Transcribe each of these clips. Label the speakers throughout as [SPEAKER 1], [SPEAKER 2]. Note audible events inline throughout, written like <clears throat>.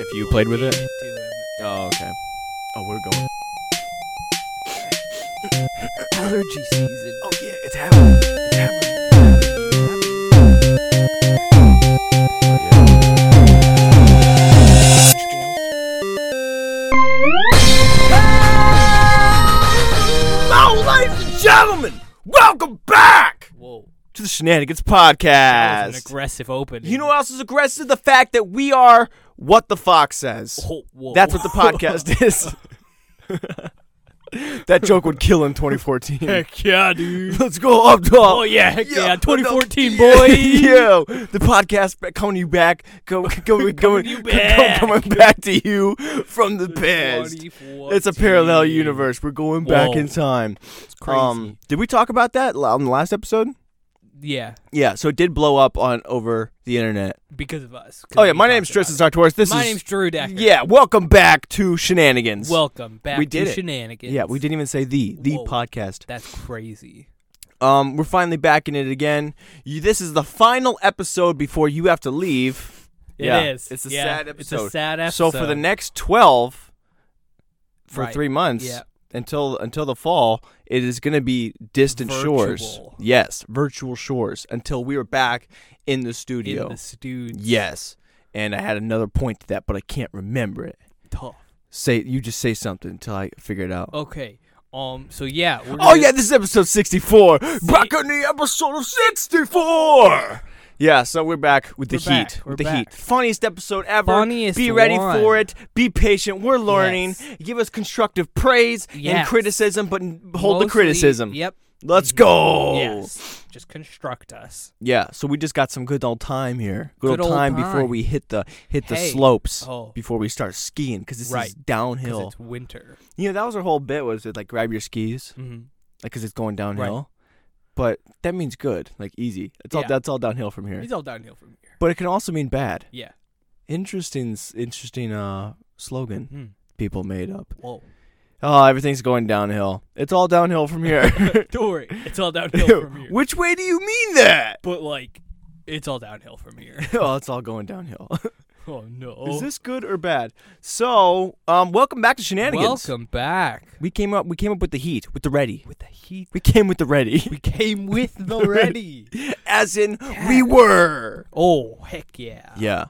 [SPEAKER 1] if you played with it.
[SPEAKER 2] Doing
[SPEAKER 1] Oh, okay. Oh, we're going.
[SPEAKER 2] allergy season.
[SPEAKER 1] Oh yeah, it's happening. It's happening. Oh, ladies and gentlemen, welcome back
[SPEAKER 2] Whoa.
[SPEAKER 1] to the Shenanigans
[SPEAKER 2] That was an
[SPEAKER 1] Podcast.
[SPEAKER 2] aggressive opening.
[SPEAKER 1] You know what else is aggressive? The fact that we are what the fox says.
[SPEAKER 2] Whoa, whoa. <laughs>
[SPEAKER 1] That's what the <laughs> podcast is. that joke would kill in 2014.
[SPEAKER 2] Heck yeah,
[SPEAKER 1] <laughs>
[SPEAKER 2] dude.
[SPEAKER 1] Let's go up top.
[SPEAKER 2] Oh yeah, heck yeah.
[SPEAKER 1] Yeah, <laughs>
[SPEAKER 2] 2014,
[SPEAKER 1] no,
[SPEAKER 2] boy.
[SPEAKER 1] Yo, the podcast ba- coming you back, go,
[SPEAKER 2] <laughs>
[SPEAKER 1] go, go, coming,
[SPEAKER 2] you back.
[SPEAKER 1] coming back to you from the past. It's a parallel universe. Um, We're going back
[SPEAKER 2] Whoa.
[SPEAKER 1] in time.
[SPEAKER 2] Oh, It's crazy.
[SPEAKER 1] did we talk about that l- on the last episode?
[SPEAKER 2] yeah,
[SPEAKER 1] Yeah, so it did blow up on over the internet.
[SPEAKER 2] because of us. 'cause
[SPEAKER 1] Oh yeah,
[SPEAKER 2] we
[SPEAKER 1] my
[SPEAKER 2] talked
[SPEAKER 1] name's
[SPEAKER 2] about
[SPEAKER 1] Tristan
[SPEAKER 2] it.
[SPEAKER 1] Sartoris. This
[SPEAKER 2] My
[SPEAKER 1] is
[SPEAKER 2] name's Drew Decker.
[SPEAKER 1] yeah. Welcome back to Shenanigans.
[SPEAKER 2] Welcome back
[SPEAKER 1] We did
[SPEAKER 2] to
[SPEAKER 1] it.
[SPEAKER 2] Shenanigans.
[SPEAKER 1] yeah, we didn't even say the the
[SPEAKER 2] Whoa.
[SPEAKER 1] podcast.
[SPEAKER 2] That's crazy.
[SPEAKER 1] Um, we're finally back in it again. You, this is the final episode before you have to leave.
[SPEAKER 2] It is.
[SPEAKER 1] It's a
[SPEAKER 2] Yeah,
[SPEAKER 1] sad
[SPEAKER 2] It's
[SPEAKER 1] episode.
[SPEAKER 2] a sad
[SPEAKER 1] So
[SPEAKER 2] episode.
[SPEAKER 1] for the next twelve, for
[SPEAKER 2] Right.
[SPEAKER 1] three months
[SPEAKER 2] Yeah.
[SPEAKER 1] until until the fall, it is going to be distant shores.
[SPEAKER 2] Virtual.
[SPEAKER 1] Yes, virtual shores until we are back in the studio.
[SPEAKER 2] in the studio.
[SPEAKER 1] yes, and I had another point to that, but I can't remember it.
[SPEAKER 2] Tough.
[SPEAKER 1] Say you just say something until I figure it out.
[SPEAKER 2] Okay. Um. So Oh, yeah. We're
[SPEAKER 1] Oh
[SPEAKER 2] gonna-
[SPEAKER 1] yeah, this is episode sixty-four. Back on the episode of sixty-four. Yeah, so we're back with the
[SPEAKER 2] We're
[SPEAKER 1] heat.
[SPEAKER 2] back,
[SPEAKER 1] with
[SPEAKER 2] we're
[SPEAKER 1] the
[SPEAKER 2] back.
[SPEAKER 1] heat. Funniest episode ever.
[SPEAKER 2] Funniest
[SPEAKER 1] Be ready
[SPEAKER 2] one.
[SPEAKER 1] for it. Be patient. We're learning.
[SPEAKER 2] Yes.
[SPEAKER 1] Give us constructive praise and
[SPEAKER 2] Yes.
[SPEAKER 1] criticism, but n- hold
[SPEAKER 2] Mostly-
[SPEAKER 1] the criticism. Oh.
[SPEAKER 2] Yep.
[SPEAKER 1] Let's go.
[SPEAKER 2] Yes. Just construct us.
[SPEAKER 1] Yeah, So we just got some good old time here. Good,
[SPEAKER 2] Good
[SPEAKER 1] old
[SPEAKER 2] old
[SPEAKER 1] time, before
[SPEAKER 2] time.
[SPEAKER 1] we hit the hit the
[SPEAKER 2] Hey.
[SPEAKER 1] slopes.
[SPEAKER 2] Oh.
[SPEAKER 1] Before we start skiing, because this is
[SPEAKER 2] Right. Because
[SPEAKER 1] downhill.
[SPEAKER 2] it's winter.
[SPEAKER 1] You know, that was our whole bit was it like grab your skis
[SPEAKER 2] Mm-hmm.
[SPEAKER 1] like because it's going downhill. But that means good, like easy. It's all
[SPEAKER 2] Yeah.
[SPEAKER 1] that's all downhill from here.
[SPEAKER 2] It's all downhill from here.
[SPEAKER 1] But it can also mean bad.
[SPEAKER 2] Yeah.
[SPEAKER 1] Interesting, s- interesting uh slogan
[SPEAKER 2] Mm.
[SPEAKER 1] people made up.
[SPEAKER 2] Whoa.
[SPEAKER 1] Oh, everything's going downhill. It's all downhill from here.
[SPEAKER 2] Don't worry. It's all <laughs>
[SPEAKER 1] <laughs>
[SPEAKER 2] downhill from here.
[SPEAKER 1] Which way do you mean that? <laughs>
[SPEAKER 2] But like, it's all downhill from here. <laughs>
[SPEAKER 1] Oh, it's all going downhill. <laughs>
[SPEAKER 2] Oh no.
[SPEAKER 1] Is this good or bad? So, um, welcome back to Shenanigans.
[SPEAKER 2] Welcome back
[SPEAKER 1] We came up. We came up with the heat, with the ready.
[SPEAKER 2] with the heat.
[SPEAKER 1] We came with the ready, <laughs>
[SPEAKER 2] We came with the ready.
[SPEAKER 1] as in we were.
[SPEAKER 2] Oh heck yeah.
[SPEAKER 1] Yeah.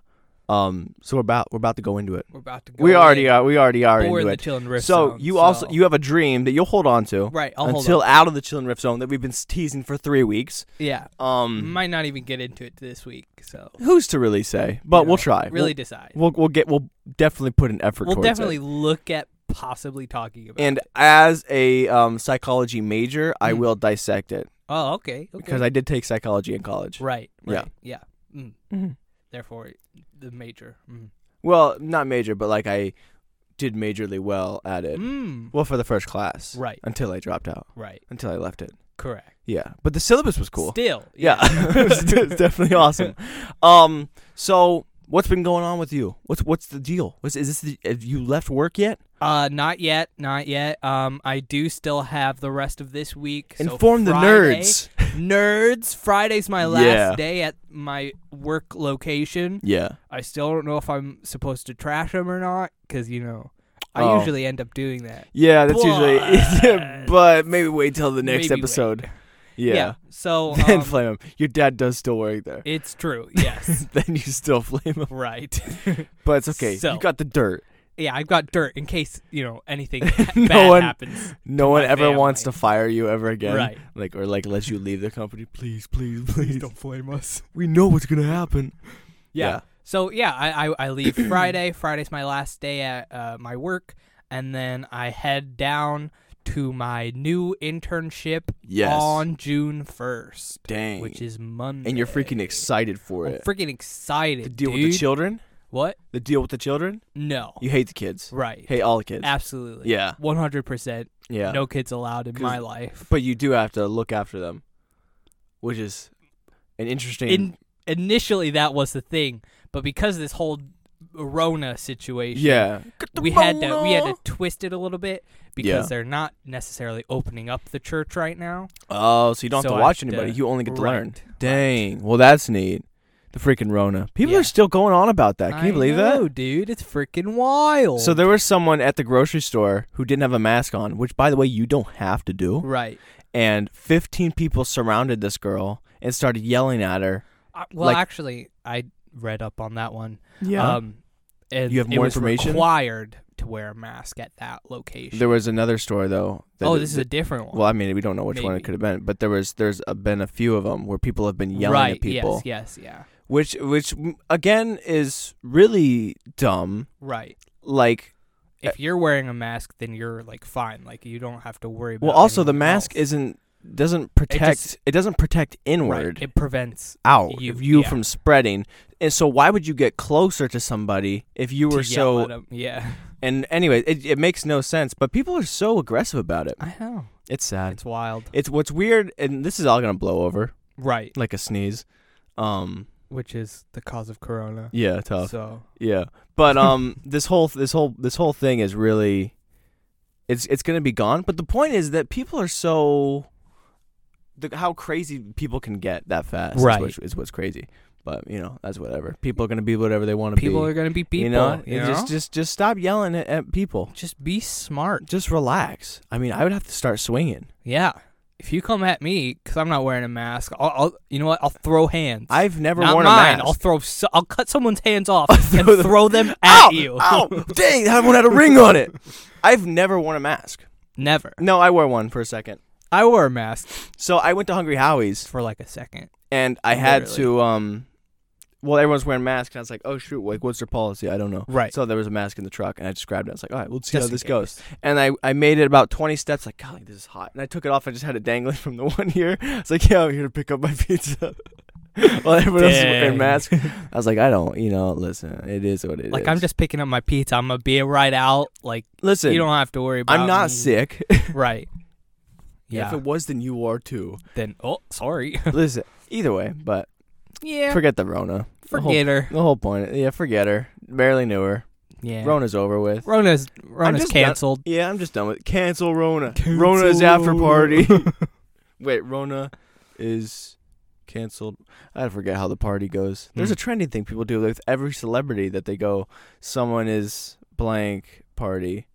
[SPEAKER 1] Um. So we're about we're about to go into it.
[SPEAKER 2] We're about to go.
[SPEAKER 1] We already
[SPEAKER 2] in.
[SPEAKER 1] are. We already are
[SPEAKER 2] We're in
[SPEAKER 1] into
[SPEAKER 2] the
[SPEAKER 1] it.
[SPEAKER 2] chill and riff
[SPEAKER 1] So
[SPEAKER 2] zone,
[SPEAKER 1] you also you have a dream that you'll hold on to
[SPEAKER 2] right. I'll
[SPEAKER 1] until
[SPEAKER 2] hold on.
[SPEAKER 1] out of the chill and riff zone that we've been teasing for three weeks.
[SPEAKER 2] Yeah.
[SPEAKER 1] Um,
[SPEAKER 2] Might not even get into it this week. So.
[SPEAKER 1] who's to really say? But
[SPEAKER 2] you know,
[SPEAKER 1] we'll try.
[SPEAKER 2] Really decide.
[SPEAKER 1] we'll, we'll we'll get we'll definitely put an effort.
[SPEAKER 2] We'll
[SPEAKER 1] towards it.
[SPEAKER 2] definitely look at possibly talking about.
[SPEAKER 1] And
[SPEAKER 2] it.
[SPEAKER 1] as a um, psychology major, I
[SPEAKER 2] Mm.
[SPEAKER 1] will dissect it
[SPEAKER 2] oh, okay, okay.
[SPEAKER 1] because I did take psychology in college.
[SPEAKER 2] right,
[SPEAKER 1] Yeah.
[SPEAKER 2] right, yeah, yeah. Mm.
[SPEAKER 1] Mhm.
[SPEAKER 2] Therefore, the major. Mm.
[SPEAKER 1] Well, not major, but like I did majorly well at it.
[SPEAKER 2] Mm.
[SPEAKER 1] Well, for the first class,
[SPEAKER 2] Right,
[SPEAKER 1] Until I dropped out.
[SPEAKER 2] right.
[SPEAKER 1] Until I left it.
[SPEAKER 2] Correct.
[SPEAKER 1] Yeah, but the syllabus was cool.
[SPEAKER 2] Still,
[SPEAKER 1] <laughs> Yeah, it's
[SPEAKER 2] <laughs>
[SPEAKER 1] definitely awesome. Um, so what's been going on with you? What's what's the deal? What's, is this? The, have you left work yet?
[SPEAKER 2] Uh, not yet, not yet. Um, I do still have the rest of this week. so
[SPEAKER 1] Inform the
[SPEAKER 2] Friday-
[SPEAKER 1] nerds.
[SPEAKER 2] Nerds. Friday's my last
[SPEAKER 1] Yeah.
[SPEAKER 2] day at my work location.
[SPEAKER 1] Yeah,
[SPEAKER 2] I still don't know if I'm supposed to trash them or not, because you know, I
[SPEAKER 1] Oh.
[SPEAKER 2] usually end up doing that.
[SPEAKER 1] yeah. That's usually. <laughs>
[SPEAKER 2] But-
[SPEAKER 1] but maybe wait till the next
[SPEAKER 2] Maybe wait.
[SPEAKER 1] episode. Yeah. <laughs>
[SPEAKER 2] So
[SPEAKER 1] Then
[SPEAKER 2] um,
[SPEAKER 1] flame him. Your dad does still work there.
[SPEAKER 2] it's true. Yes. <laughs>
[SPEAKER 1] <laughs> then you still flame him.
[SPEAKER 2] right.
[SPEAKER 1] But it's okay.
[SPEAKER 2] So-
[SPEAKER 1] you got the dirt.
[SPEAKER 2] yeah, I've got dirt in case you know
[SPEAKER 1] <laughs>
[SPEAKER 2] anything ha-
[SPEAKER 1] No
[SPEAKER 2] bad
[SPEAKER 1] one-
[SPEAKER 2] happens.
[SPEAKER 1] No one
[SPEAKER 2] my
[SPEAKER 1] ever wants to
[SPEAKER 2] family.
[SPEAKER 1] fire you ever again.
[SPEAKER 2] Right.
[SPEAKER 1] Like or like let you leave the company.
[SPEAKER 2] <laughs>
[SPEAKER 1] Please, please, please.
[SPEAKER 2] flame us.
[SPEAKER 1] We know what's gonna happen.
[SPEAKER 2] Yeah.
[SPEAKER 1] Yeah.
[SPEAKER 2] So yeah, I I, I
[SPEAKER 1] <coughs>
[SPEAKER 2] leave Friday. Friday's my last day at uh, my work, and then I head down to my new internship
[SPEAKER 1] Yes.
[SPEAKER 2] on June first,
[SPEAKER 1] Dang.
[SPEAKER 2] which is Monday.
[SPEAKER 1] and you're freaking excited for
[SPEAKER 2] I'm
[SPEAKER 1] it.
[SPEAKER 2] freaking excited.
[SPEAKER 1] The deal
[SPEAKER 2] dude.
[SPEAKER 1] with the children?
[SPEAKER 2] What?
[SPEAKER 1] The deal with the children?
[SPEAKER 2] No.
[SPEAKER 1] You hate the kids.
[SPEAKER 2] right.
[SPEAKER 1] Hate all the kids.
[SPEAKER 2] Absolutely.
[SPEAKER 1] Yeah.
[SPEAKER 2] One hundred percent.
[SPEAKER 1] Yeah.
[SPEAKER 2] No kids allowed in
[SPEAKER 1] 'Cause-
[SPEAKER 2] my life.
[SPEAKER 1] But you do have to look after them. Which is an interesting
[SPEAKER 2] in initially that was the thing, but because of this whole Rona situation,
[SPEAKER 1] Yeah.
[SPEAKER 2] we had to we had to twist it a little bit because
[SPEAKER 1] Yeah.
[SPEAKER 2] they're not necessarily opening up the church right now.
[SPEAKER 1] Oh, so you don't
[SPEAKER 2] So
[SPEAKER 1] have
[SPEAKER 2] I
[SPEAKER 1] to watch
[SPEAKER 2] have
[SPEAKER 1] anybody.
[SPEAKER 2] to-
[SPEAKER 1] You only get to
[SPEAKER 2] Right,
[SPEAKER 1] learn. Dang. Well that's neat. the freaking Rona. People
[SPEAKER 2] Yeah.
[SPEAKER 1] are still going on about that. Can you believe that?
[SPEAKER 2] know, dude? It's freaking wild.
[SPEAKER 1] So there was someone at the grocery store who didn't have a mask on, which by the way you don't have to do.
[SPEAKER 2] right.
[SPEAKER 1] And 15 people surrounded this girl and started yelling at her.
[SPEAKER 2] Uh, well,
[SPEAKER 1] Like-
[SPEAKER 2] actually, I read up on that one. Um, and
[SPEAKER 1] You have
[SPEAKER 2] it
[SPEAKER 1] more
[SPEAKER 2] was
[SPEAKER 1] information?
[SPEAKER 2] Required to wear a mask at that location.
[SPEAKER 1] There was another store though. that-
[SPEAKER 2] oh, this is a different one.
[SPEAKER 1] Well, I mean, we don't know which one it
[SPEAKER 2] Maybe.
[SPEAKER 1] could have been, but there was there's uh been a few of them where people have been yelling
[SPEAKER 2] right.
[SPEAKER 1] at people,
[SPEAKER 2] Yes. Yes. Yeah.
[SPEAKER 1] which which mm, again is really dumb.
[SPEAKER 2] Right.
[SPEAKER 1] Like, Eh
[SPEAKER 2] If you're wearing a mask, then you're like fine. Like you don't have to worry. about
[SPEAKER 1] well, also the
[SPEAKER 2] anyone
[SPEAKER 1] mask
[SPEAKER 2] else.
[SPEAKER 1] isn't doesn't protect it,
[SPEAKER 2] just-
[SPEAKER 1] doesn't protect
[SPEAKER 2] Right,
[SPEAKER 1] inward
[SPEAKER 2] It prevents.
[SPEAKER 1] out
[SPEAKER 2] you-
[SPEAKER 1] of you
[SPEAKER 2] yeah.
[SPEAKER 1] from spreading. And so why would you get closer to somebody if you
[SPEAKER 2] to
[SPEAKER 1] were
[SPEAKER 2] yell
[SPEAKER 1] so
[SPEAKER 2] at 'em.
[SPEAKER 1] <laughs>
[SPEAKER 2] Yeah.
[SPEAKER 1] and anyway, it, it makes no sense, but people are so aggressive about it.
[SPEAKER 2] I know.
[SPEAKER 1] It's sad. It's,
[SPEAKER 2] It's wild.
[SPEAKER 1] what's weird and this is all going to blow over
[SPEAKER 2] Right.
[SPEAKER 1] like a sneeze. Um
[SPEAKER 2] Which is the cause of corona.
[SPEAKER 1] yeah, tough.
[SPEAKER 2] So
[SPEAKER 1] Yeah, but um, <laughs> this whole this whole this whole thing is really, it's it's gonna be gone. But the point is that people are so, the, how crazy people can get that fast. is
[SPEAKER 2] Right.
[SPEAKER 1] what's- is, what's crazy. But you know that's whatever. People are gonna be whatever they want to be.
[SPEAKER 2] people are gonna be people.
[SPEAKER 1] You know,
[SPEAKER 2] you
[SPEAKER 1] It
[SPEAKER 2] know?
[SPEAKER 1] just just just stop yelling at, at people.
[SPEAKER 2] just be smart.
[SPEAKER 1] Just relax. I mean, I would have to start swinging.
[SPEAKER 2] Yeah. If you come at me because I'm not wearing a mask, I'll, I'll you know what? I'll throw hands.
[SPEAKER 1] I've never
[SPEAKER 2] not
[SPEAKER 1] worn
[SPEAKER 2] mine.
[SPEAKER 1] a mask.
[SPEAKER 2] I'll throw. So, I'll cut someone's hands
[SPEAKER 1] <laughs>
[SPEAKER 2] off and
[SPEAKER 1] throw them-
[SPEAKER 2] throw
[SPEAKER 1] <laughs>
[SPEAKER 2] them at
[SPEAKER 1] Ow!
[SPEAKER 2] you. <laughs>
[SPEAKER 1] Ow! Dang, that one had a ring on it. I've never worn a mask.
[SPEAKER 2] Never.
[SPEAKER 1] No, I wore one for a second.
[SPEAKER 2] I wore a mask
[SPEAKER 1] So I went to Hungry Howie's
[SPEAKER 2] for like a second.
[SPEAKER 1] and I had
[SPEAKER 2] Literally.
[SPEAKER 1] to um well everyone's wearing masks and I was like, Oh shoot, like what's their policy? I don't know.
[SPEAKER 2] Right.
[SPEAKER 1] So there was a mask in the truck and I just grabbed it. I was like, All right, we'll see
[SPEAKER 2] Just
[SPEAKER 1] how
[SPEAKER 2] in
[SPEAKER 1] this
[SPEAKER 2] case.
[SPEAKER 1] goes. And I, I made it about twenty steps, like, golly, this is hot. And I took it off, I just had it dangling <laughs> from the one ear. I was like, Yeah, I'm here to pick up my <laughs> pizza. While everyone else is wearing
[SPEAKER 2] Dang.
[SPEAKER 1] masks. I was like, I don't, you know, listen, it is what it is.
[SPEAKER 2] Like I'm just picking up my pizza. I'm gonna be right out. Like
[SPEAKER 1] listen,
[SPEAKER 2] you don't have to worry about.
[SPEAKER 1] I'm not
[SPEAKER 2] me.
[SPEAKER 1] sick. <laughs>
[SPEAKER 2] Right. Yeah.
[SPEAKER 1] If it was then you are too.
[SPEAKER 2] <laughs> then oh, sorry. <laughs>
[SPEAKER 1] listen. Either way, but
[SPEAKER 2] yeah.
[SPEAKER 1] forget the Rona. the whole-
[SPEAKER 2] forget her.
[SPEAKER 1] The whole point. Yeah, forget her. Barely knew her.
[SPEAKER 2] Yeah.
[SPEAKER 1] Rona's over with.
[SPEAKER 2] Rona's Rona's
[SPEAKER 1] just not-
[SPEAKER 2] canceled.
[SPEAKER 1] Yeah, I'm just done with cancel Rona.
[SPEAKER 2] Cancel.
[SPEAKER 1] Rona's after party. <laughs> Wait, Rona is canceled. I forget how the party goes. There's
[SPEAKER 2] Hmm.
[SPEAKER 1] a trending thing people do with every celebrity that they go. Someone is blank party.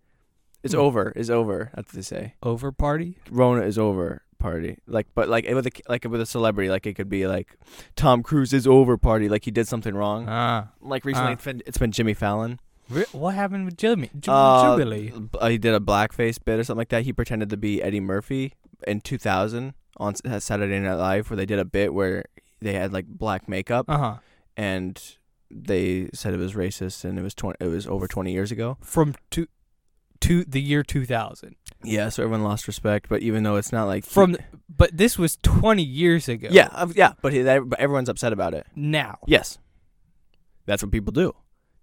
[SPEAKER 1] It's
[SPEAKER 2] Hmm.
[SPEAKER 1] over. Is over. That's what they say.
[SPEAKER 2] <laughs> Over party.
[SPEAKER 1] Rona is over party. Like, but like with a like with a celebrity, like it could be like Tom Cruise is over party. Like he did something wrong.
[SPEAKER 2] Ah.
[SPEAKER 1] like recently,
[SPEAKER 2] uh.
[SPEAKER 1] it's been it's been Jimmy Fallon.
[SPEAKER 2] Re- What happened with Jimmy? Jim-
[SPEAKER 1] Uh,
[SPEAKER 2] Jubilee.
[SPEAKER 1] b- uh, he did a blackface bit or something like that. He pretended to be Eddie Murphy in 2000 on S- uh, Saturday Night Live, where they did a bit where they had like black makeup
[SPEAKER 2] Uh huh.
[SPEAKER 1] and they said it was racist and it was 20, it was over 20 years ago.
[SPEAKER 2] From two, to the year 2000.
[SPEAKER 1] Yeah, so everyone lost respect, but even though it's not like he-
[SPEAKER 2] From but this was 20 years ago.
[SPEAKER 1] yeah uh, yeah, but he, that, but everyone's upset about it.
[SPEAKER 2] Now.
[SPEAKER 1] Yes, that's what people do.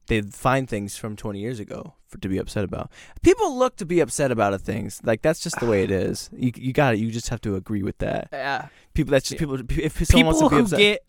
[SPEAKER 1] They find things from 20 years ago for, to be upset about. People look to be upset about things. Like that's just the way it is. You you got it. You just have to agree with that.
[SPEAKER 2] Yeah.
[SPEAKER 1] People, that's just people. If someone
[SPEAKER 2] People
[SPEAKER 1] wants to be
[SPEAKER 2] who
[SPEAKER 1] upset,
[SPEAKER 2] get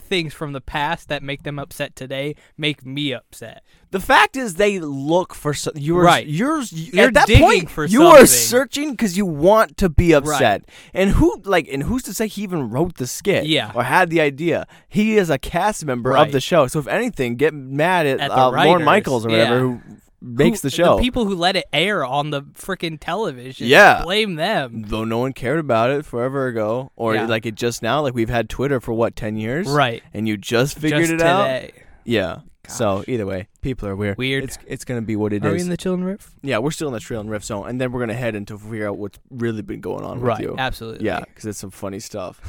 [SPEAKER 2] things from the past that make them upset today make me upset.
[SPEAKER 1] the fact is they look for so, you're
[SPEAKER 2] Right.
[SPEAKER 1] You're, you
[SPEAKER 2] They're
[SPEAKER 1] at that
[SPEAKER 2] digging
[SPEAKER 1] point
[SPEAKER 2] for
[SPEAKER 1] you are
[SPEAKER 2] something.
[SPEAKER 1] searching because you want to be upset. And who like and who's to say he even wrote the skit?
[SPEAKER 2] Yeah.
[SPEAKER 1] or had the idea. He is a cast member
[SPEAKER 2] Right.
[SPEAKER 1] of the show. So if anything, get mad at,
[SPEAKER 2] At the
[SPEAKER 1] uh, Lorne
[SPEAKER 2] writers,
[SPEAKER 1] Michaels or whatever
[SPEAKER 2] yeah.
[SPEAKER 1] who makes
[SPEAKER 2] Who-
[SPEAKER 1] the show.
[SPEAKER 2] people who let it air on the freaking television.
[SPEAKER 1] Yeah.
[SPEAKER 2] Blame them.
[SPEAKER 1] Though no one cared about it forever ago, or
[SPEAKER 2] Yeah.
[SPEAKER 1] like it just now, like we've had Twitter for what ten years,
[SPEAKER 2] Right.
[SPEAKER 1] And you just figured
[SPEAKER 2] Just
[SPEAKER 1] it out,
[SPEAKER 2] today.
[SPEAKER 1] yeah. So either way, people are weird.
[SPEAKER 2] Weird.
[SPEAKER 1] It's it's gonna be what it is.
[SPEAKER 2] Are we in the chilling riff?
[SPEAKER 1] Yeah, we're still in the trail and riff zone, and then we're gonna head into figure out what's really been going on
[SPEAKER 2] Right.
[SPEAKER 1] with you.
[SPEAKER 2] Absolutely. <laughs>
[SPEAKER 1] Yeah, because it's some funny stuff.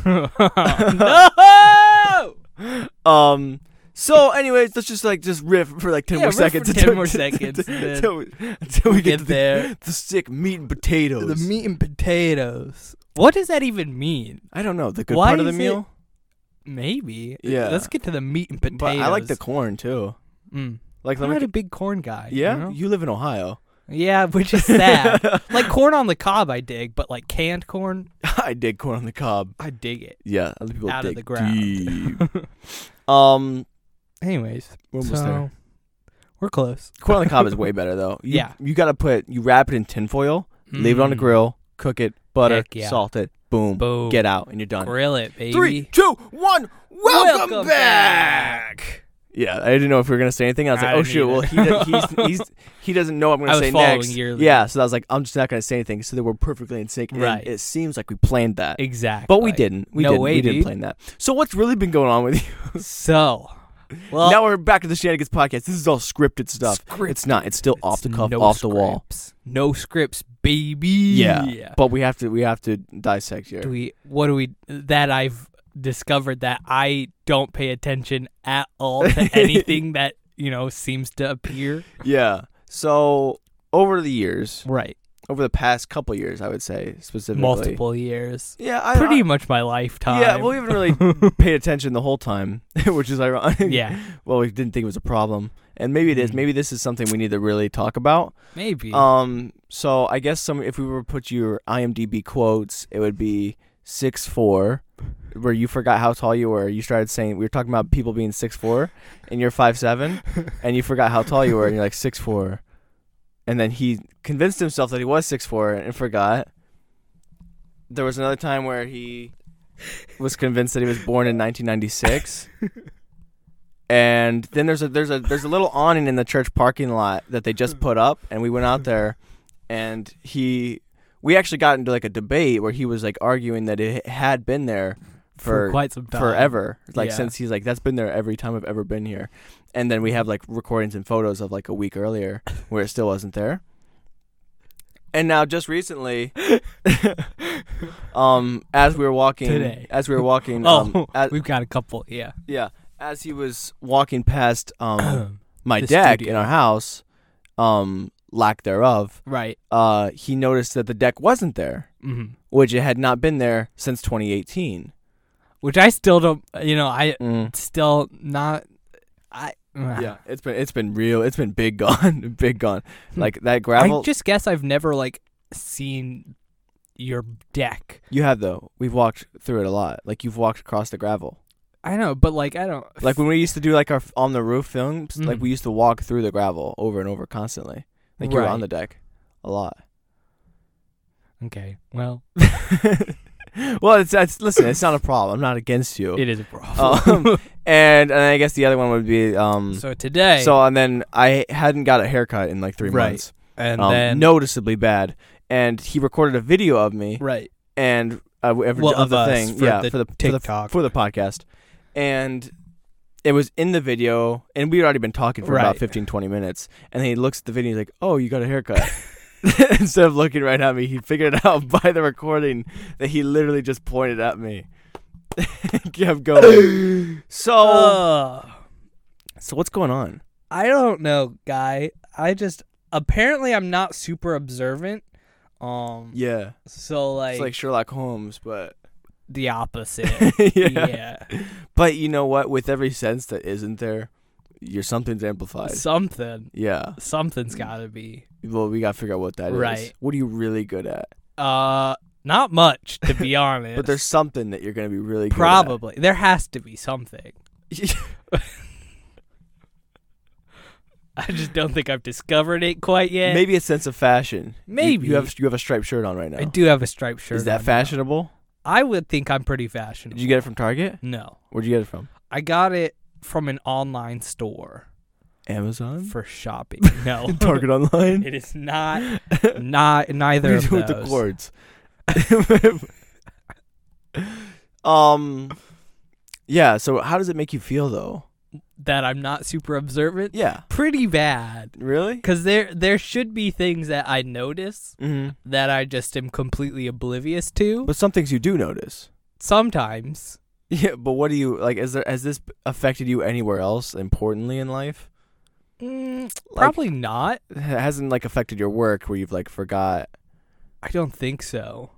[SPEAKER 2] Oh,
[SPEAKER 1] <laughs>
[SPEAKER 2] no.
[SPEAKER 1] Um. So, anyways, let's just like just riff for like ten
[SPEAKER 2] Yeah,
[SPEAKER 1] more
[SPEAKER 2] riff for
[SPEAKER 1] seconds.
[SPEAKER 2] 10
[SPEAKER 1] <laughs> until-
[SPEAKER 2] more seconds, then
[SPEAKER 1] until we, until <laughs> we
[SPEAKER 2] get
[SPEAKER 1] get, to
[SPEAKER 2] there.
[SPEAKER 1] <laughs> The, the sick meat and potatoes.
[SPEAKER 2] The meat and potatoes. What does that even mean?
[SPEAKER 1] I don't know the good
[SPEAKER 2] Why
[SPEAKER 1] part of the
[SPEAKER 2] is it
[SPEAKER 1] meal,
[SPEAKER 2] Maybe.
[SPEAKER 1] Yeah.
[SPEAKER 2] Let's get to the meat and potatoes.
[SPEAKER 1] but I like the corn too.
[SPEAKER 2] Mm.
[SPEAKER 1] Like,
[SPEAKER 2] I'm
[SPEAKER 1] let
[SPEAKER 2] not
[SPEAKER 1] me,
[SPEAKER 2] a big corn guy. you
[SPEAKER 1] yeah,
[SPEAKER 2] know?
[SPEAKER 1] you live in Ohio.
[SPEAKER 2] Yeah, which is
[SPEAKER 1] <laughs>
[SPEAKER 2] sad. like corn on the cob, I dig, but like canned corn,
[SPEAKER 1] I dig corn on the cob.
[SPEAKER 2] I dig it.
[SPEAKER 1] Yeah, other people
[SPEAKER 2] Out of
[SPEAKER 1] dig
[SPEAKER 2] the ground. <laughs>
[SPEAKER 1] deep. um,
[SPEAKER 2] Anyways,
[SPEAKER 1] we're almost
[SPEAKER 2] so
[SPEAKER 1] there.
[SPEAKER 2] we're close.
[SPEAKER 1] Corn on
[SPEAKER 2] <laughs>
[SPEAKER 1] the cob is way better though. You-
[SPEAKER 2] Yeah.
[SPEAKER 1] you gotta put you wrap it in tinfoil. leave it on the
[SPEAKER 2] Mm.
[SPEAKER 1] grill, cook it, butter,
[SPEAKER 2] Heck yeah.
[SPEAKER 1] salt it, Boom.
[SPEAKER 2] Boom.
[SPEAKER 1] Get out, and you're done.
[SPEAKER 2] Grill it, baby.
[SPEAKER 1] Three, two, one. Welcome,
[SPEAKER 2] Welcome
[SPEAKER 1] back. Yeah, I didn't know if we were gonna say anything. I was
[SPEAKER 2] I
[SPEAKER 1] like, oh
[SPEAKER 2] didn't
[SPEAKER 1] shoot. Well, he
[SPEAKER 2] either.
[SPEAKER 1] do-
[SPEAKER 2] <laughs>
[SPEAKER 1] he's, he's he doesn't know what I'm gonna
[SPEAKER 2] I was
[SPEAKER 1] say
[SPEAKER 2] following
[SPEAKER 1] next.
[SPEAKER 2] your lead.
[SPEAKER 1] Yeah, so I was like, I'm just not gonna say anything. So they were perfectly in sync. and
[SPEAKER 2] Right.
[SPEAKER 1] It seems like we planned that,
[SPEAKER 2] Exactly.
[SPEAKER 1] but we didn't. We
[SPEAKER 2] no
[SPEAKER 1] didn't.
[SPEAKER 2] way,
[SPEAKER 1] we didn't
[SPEAKER 2] dude.
[SPEAKER 1] plan that. So what's really been going on with you?
[SPEAKER 2] So, well,
[SPEAKER 1] now we're back to the Shenanigans podcast. This is all scripted stuff.
[SPEAKER 2] Scripted.
[SPEAKER 1] It's not. It's still off the
[SPEAKER 2] it's
[SPEAKER 1] cuff,
[SPEAKER 2] no
[SPEAKER 1] off the wall.
[SPEAKER 2] scripts. No scripts, baby.
[SPEAKER 1] Yeah. But we have to. We have to dissect here.
[SPEAKER 2] do we? What do we? That I've discovered that I don't pay attention at all
[SPEAKER 1] <laughs>
[SPEAKER 2] to anything that you know seems to appear.
[SPEAKER 1] yeah. So over the years,
[SPEAKER 2] Right.
[SPEAKER 1] over the past couple years, I would say specifically
[SPEAKER 2] Multiple years.
[SPEAKER 1] Yeah, I,
[SPEAKER 2] Pretty much my lifetime.
[SPEAKER 1] Yeah, well, we haven't
[SPEAKER 2] <laughs>
[SPEAKER 1] really <laughs> paid attention the whole time, <laughs> which is ironic.
[SPEAKER 2] yeah.
[SPEAKER 1] Well, we didn't think it was a problem, and maybe it is.
[SPEAKER 2] Mhm.
[SPEAKER 1] Maybe this is something we need to really talk about.
[SPEAKER 2] Maybe. <laughs>
[SPEAKER 1] Um, so I guess some if we were to put your IMDb quotes, it would be six four, where you forgot how tall you were. You started saying we were talking about people being six four, and you're five seven,
[SPEAKER 2] <laughs>
[SPEAKER 1] and you forgot how tall you were, and you're like six four, and then he convinced himself that he was six four and forgot. There was another time where he was convinced that he was born in 1996. And then there's a there's a there's a little awning in the church parking lot that they just put up, and we went
[SPEAKER 2] Mm-hmm.
[SPEAKER 1] out there, and he we actually got into like a debate where he was like arguing that it had been there
[SPEAKER 2] for,
[SPEAKER 1] for
[SPEAKER 2] quite some time.
[SPEAKER 1] forever. Like
[SPEAKER 2] Yeah.
[SPEAKER 1] since he's like that's been there every time I've ever been here. And then we have like recordings and photos of like a week earlier where it still wasn't there. And now just recently
[SPEAKER 2] <laughs>
[SPEAKER 1] um as we were walking
[SPEAKER 2] Today.
[SPEAKER 1] as we were
[SPEAKER 2] <laughs>
[SPEAKER 1] walking
[SPEAKER 2] Oh,
[SPEAKER 1] um as,
[SPEAKER 2] we've got a couple.
[SPEAKER 1] <clears throat>
[SPEAKER 2] Yeah.
[SPEAKER 1] yeah, as he was walking past um my
[SPEAKER 2] The
[SPEAKER 1] deck
[SPEAKER 2] studio.
[SPEAKER 1] in our house um lack thereof,
[SPEAKER 2] right.
[SPEAKER 1] uh he noticed that the deck wasn't there,
[SPEAKER 2] hmm
[SPEAKER 1] which it had not been there since 2018.
[SPEAKER 2] Which I still don't. You know, I
[SPEAKER 1] Mm.
[SPEAKER 2] still not. I.
[SPEAKER 1] yeah, it's been it's been real. It's been big <laughs> gone, big gone. Like that
[SPEAKER 2] Hmm. I
[SPEAKER 1] gravel
[SPEAKER 2] just guess I've never like seen your deck.
[SPEAKER 1] you have though. We've walked through it a lot. Like you've walked across the gravel.
[SPEAKER 2] I know, but like I don't.
[SPEAKER 1] Like when we used to do like our f- on the roof films, like
[SPEAKER 2] Mhm.
[SPEAKER 1] we used to walk through the gravel over and over constantly. Like you were on
[SPEAKER 2] Right.
[SPEAKER 1] the deck a lot. <laughs>
[SPEAKER 2] okay, well,
[SPEAKER 1] well, it's that's listen. It's not a problem. I'm not against you.
[SPEAKER 2] it is a
[SPEAKER 1] <laughs>
[SPEAKER 2] problem.
[SPEAKER 1] Um, and and I guess the other one would be um.
[SPEAKER 2] <laughs>
[SPEAKER 1] So,
[SPEAKER 2] so today,
[SPEAKER 1] and then I hadn't got a haircut in like three
[SPEAKER 2] Right.
[SPEAKER 1] months.
[SPEAKER 2] and
[SPEAKER 1] um,
[SPEAKER 2] then
[SPEAKER 1] noticeably bad. And he recorded a video of me.
[SPEAKER 2] right,
[SPEAKER 1] and uh, every
[SPEAKER 2] Well,
[SPEAKER 1] of
[SPEAKER 2] of
[SPEAKER 1] the
[SPEAKER 2] us
[SPEAKER 1] thing,
[SPEAKER 2] for
[SPEAKER 1] yeah,
[SPEAKER 2] the
[SPEAKER 1] for the
[SPEAKER 2] TikTok.
[SPEAKER 1] for the, for the podcast, and it was in the video, and we had already been talking for about
[SPEAKER 2] Right.
[SPEAKER 1] 15, 20 minutes, and then he looks at the video, and he's like, "Oh, you got a haircut." <laughs> Instead of looking right at me, he figured out <laughs> by the recording that he literally just pointed at me. <laughs> Kept going.
[SPEAKER 2] <gasps>
[SPEAKER 1] So,
[SPEAKER 2] Oh. Ugh.
[SPEAKER 1] so what's going on?
[SPEAKER 2] I don't know, guy. I just apparently I'm not super observant. Um,
[SPEAKER 1] Yeah,
[SPEAKER 2] so like,
[SPEAKER 1] it's like Sherlock Holmes, <laughs> but
[SPEAKER 2] the opposite.
[SPEAKER 1] <laughs> yeah.
[SPEAKER 2] yeah.
[SPEAKER 1] But you know what? With every sense that isn't there, your something's amplified.
[SPEAKER 2] something,
[SPEAKER 1] Yeah. Mm.
[SPEAKER 2] something's gotta be.
[SPEAKER 1] Well, we gotta figure out what that is.
[SPEAKER 2] Right.
[SPEAKER 1] What are you really good at?
[SPEAKER 2] Uh, not much to
[SPEAKER 1] <laughs>
[SPEAKER 2] be honest.
[SPEAKER 1] But there's something that you're gonna be really good at.
[SPEAKER 2] Probably. There has to be something.
[SPEAKER 1] <laughs>
[SPEAKER 2] I just don't think I've discovered it quite yet.
[SPEAKER 1] Maybe a sense of fashion. You-
[SPEAKER 2] Maybe.
[SPEAKER 1] you, have you have a striped shirt on right now.
[SPEAKER 2] I do have a striped shirt.
[SPEAKER 1] Is
[SPEAKER 2] on
[SPEAKER 1] that
[SPEAKER 2] now.
[SPEAKER 1] fashionable?
[SPEAKER 2] I would think I'm pretty
[SPEAKER 1] Did
[SPEAKER 2] fashionable.
[SPEAKER 1] you get it from Target?
[SPEAKER 2] no.
[SPEAKER 1] Where'd you get it from?
[SPEAKER 2] I got it from an online store
[SPEAKER 1] Amazon.
[SPEAKER 2] for
[SPEAKER 1] <laughs>
[SPEAKER 2] shopping. No.
[SPEAKER 1] Hmm? Target online.
[SPEAKER 2] <laughs> It is
[SPEAKER 1] <laughs>
[SPEAKER 2] not not neither
[SPEAKER 1] what
[SPEAKER 2] of
[SPEAKER 1] do you do
[SPEAKER 2] those.
[SPEAKER 1] with the <laughs> cords? um. Yeah. So how does it make you feel though?
[SPEAKER 2] that I'm not super observant.
[SPEAKER 1] Yeah.
[SPEAKER 2] Pretty bad.
[SPEAKER 1] Really?
[SPEAKER 2] Cuz there there should be things that I notice
[SPEAKER 1] Mm-hmm.
[SPEAKER 2] that I just am completely oblivious to.
[SPEAKER 1] But some things you do notice.
[SPEAKER 2] Sometimes
[SPEAKER 1] Yeah. But what do you like? Is there has this affected you anywhere else importantly in life?
[SPEAKER 2] Mm,
[SPEAKER 1] Like-
[SPEAKER 2] probably not.
[SPEAKER 1] it hasn't like affected your work where you've like forgot.
[SPEAKER 2] I don't think so.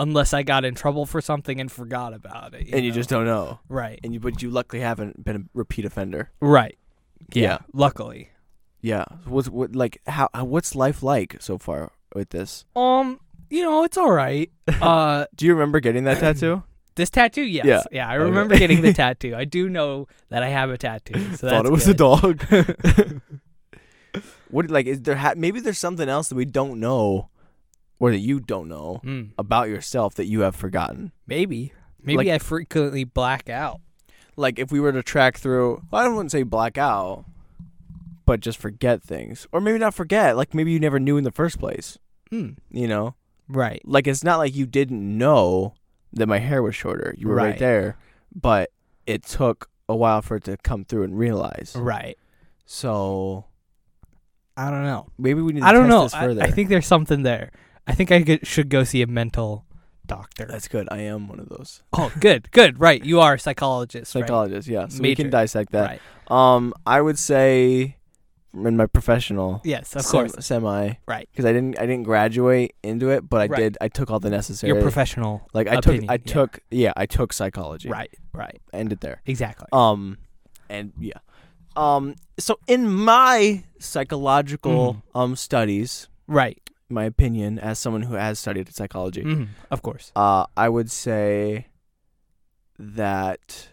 [SPEAKER 2] Unless I got in trouble for something and forgot about it.
[SPEAKER 1] and you
[SPEAKER 2] know?
[SPEAKER 1] just don't know.
[SPEAKER 2] Right.
[SPEAKER 1] And you but you luckily haven't been a repeat offender.
[SPEAKER 2] Right. Yeah.
[SPEAKER 1] Yeah.
[SPEAKER 2] Luckily.
[SPEAKER 1] Yeah. What's what like how uh, what's life like so far with this?
[SPEAKER 2] Um, you know, it's all right. Uh
[SPEAKER 1] Do you remember getting <clears throat> that tattoo?
[SPEAKER 2] this tattoo, yes.
[SPEAKER 1] Yeah.
[SPEAKER 2] Yeah, I remember
[SPEAKER 1] Okay. <laughs>
[SPEAKER 2] getting the tattoo. I do know that I have a tattoo. So
[SPEAKER 1] Thought
[SPEAKER 2] that's
[SPEAKER 1] it was a
[SPEAKER 2] good. <laughs>
[SPEAKER 1] <laughs> dog. what like is there ha- maybe there's something else that we don't know or that you don't know
[SPEAKER 2] Mm,
[SPEAKER 1] about yourself that you have forgotten.
[SPEAKER 2] maybe. Maybe
[SPEAKER 1] Like-
[SPEAKER 2] I frequently black out.
[SPEAKER 1] Like if we were to track through, I wouldn't say black out, but just forget things, or maybe not forget. Like maybe you never knew in the first place.
[SPEAKER 2] Mm,
[SPEAKER 1] You know,
[SPEAKER 2] right.
[SPEAKER 1] like it's not like you didn't know that my hair was shorter. You were right,
[SPEAKER 2] Right.
[SPEAKER 1] there, but it took a while for it to come through and realize.
[SPEAKER 2] Right.
[SPEAKER 1] So
[SPEAKER 2] I don't know.
[SPEAKER 1] maybe we need to
[SPEAKER 2] I don't
[SPEAKER 1] test
[SPEAKER 2] know.
[SPEAKER 1] this
[SPEAKER 2] I,
[SPEAKER 1] further.
[SPEAKER 2] I think there's something there. I think I could, should go see a mental doctor.
[SPEAKER 1] that's good. I am one of those
[SPEAKER 2] oh, <laughs> good, good. Right. You are a psychologist. right?
[SPEAKER 1] psychologists. Yeah, so we
[SPEAKER 2] Major.
[SPEAKER 1] can dissect that.
[SPEAKER 2] Right.
[SPEAKER 1] Um, I would say in my professional,
[SPEAKER 2] Yes, of
[SPEAKER 1] sem-
[SPEAKER 2] course.
[SPEAKER 1] semi,
[SPEAKER 2] Right.
[SPEAKER 1] Because I didn't, I didn't graduate into it, but I
[SPEAKER 2] Right.
[SPEAKER 1] did. I took all the necessary.
[SPEAKER 2] Your professional.
[SPEAKER 1] like I
[SPEAKER 2] opinion,
[SPEAKER 1] took, I
[SPEAKER 2] yeah.
[SPEAKER 1] took, yeah, I took psychology.
[SPEAKER 2] Right, right.
[SPEAKER 1] Ended there.
[SPEAKER 2] Exactly.
[SPEAKER 1] Um, and yeah, um. So in my psychological
[SPEAKER 2] Mhm.
[SPEAKER 1] um studies,
[SPEAKER 2] right.
[SPEAKER 1] my opinion as someone who has studied psychology,
[SPEAKER 2] Mhm, Of course.
[SPEAKER 1] uh, I would say that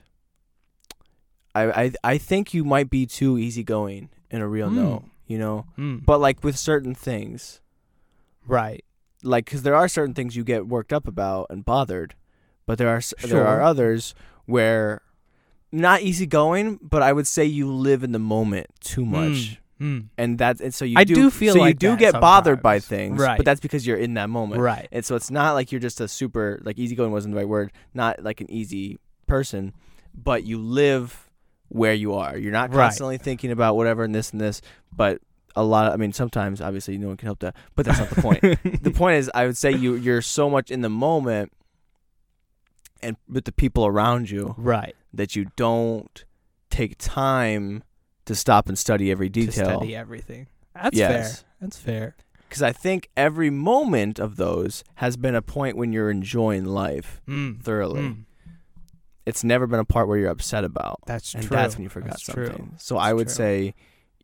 [SPEAKER 1] I, I I think you might be too easygoing in a real
[SPEAKER 2] Mm.
[SPEAKER 1] no, you know.
[SPEAKER 2] Mm,
[SPEAKER 1] But like with certain things,
[SPEAKER 2] right.
[SPEAKER 1] like because there are certain things you get worked up about and bothered, but there are s there
[SPEAKER 2] Sure.
[SPEAKER 1] are others where not easygoing, but I would say you live in the moment too much.
[SPEAKER 2] Mm,
[SPEAKER 1] And that, and so you
[SPEAKER 2] Hmm. I
[SPEAKER 1] do,
[SPEAKER 2] do feel
[SPEAKER 1] so you
[SPEAKER 2] like
[SPEAKER 1] do
[SPEAKER 2] that
[SPEAKER 1] get bothered by
[SPEAKER 2] sometimes.
[SPEAKER 1] things,
[SPEAKER 2] Right.
[SPEAKER 1] But that's because you're in that moment,
[SPEAKER 2] right.
[SPEAKER 1] and so it's not like you're just a super like easygoing wasn't the right word, not like an easy person, but you live where you are. You're not
[SPEAKER 2] Right.
[SPEAKER 1] constantly thinking about whatever and this and this, but a lot I mean sometimes obviously no one can help that, but that's not the
[SPEAKER 2] <laughs>
[SPEAKER 1] point. the point is I would say you you're so much in the moment and with the people around you
[SPEAKER 2] right.
[SPEAKER 1] that you don't take time to stop and study every
[SPEAKER 2] To
[SPEAKER 1] detail.
[SPEAKER 2] study everything. That's
[SPEAKER 1] Yes.
[SPEAKER 2] fair. That's fair.
[SPEAKER 1] Because I think every moment of those has been a point when you're enjoying life
[SPEAKER 2] Mm.
[SPEAKER 1] thoroughly.
[SPEAKER 2] Mm.
[SPEAKER 1] It's never been a part where you're upset about,
[SPEAKER 2] That's
[SPEAKER 1] and
[SPEAKER 2] true.
[SPEAKER 1] that's when you forgot
[SPEAKER 2] That's true.
[SPEAKER 1] something. So
[SPEAKER 2] That's
[SPEAKER 1] I would
[SPEAKER 2] true.
[SPEAKER 1] say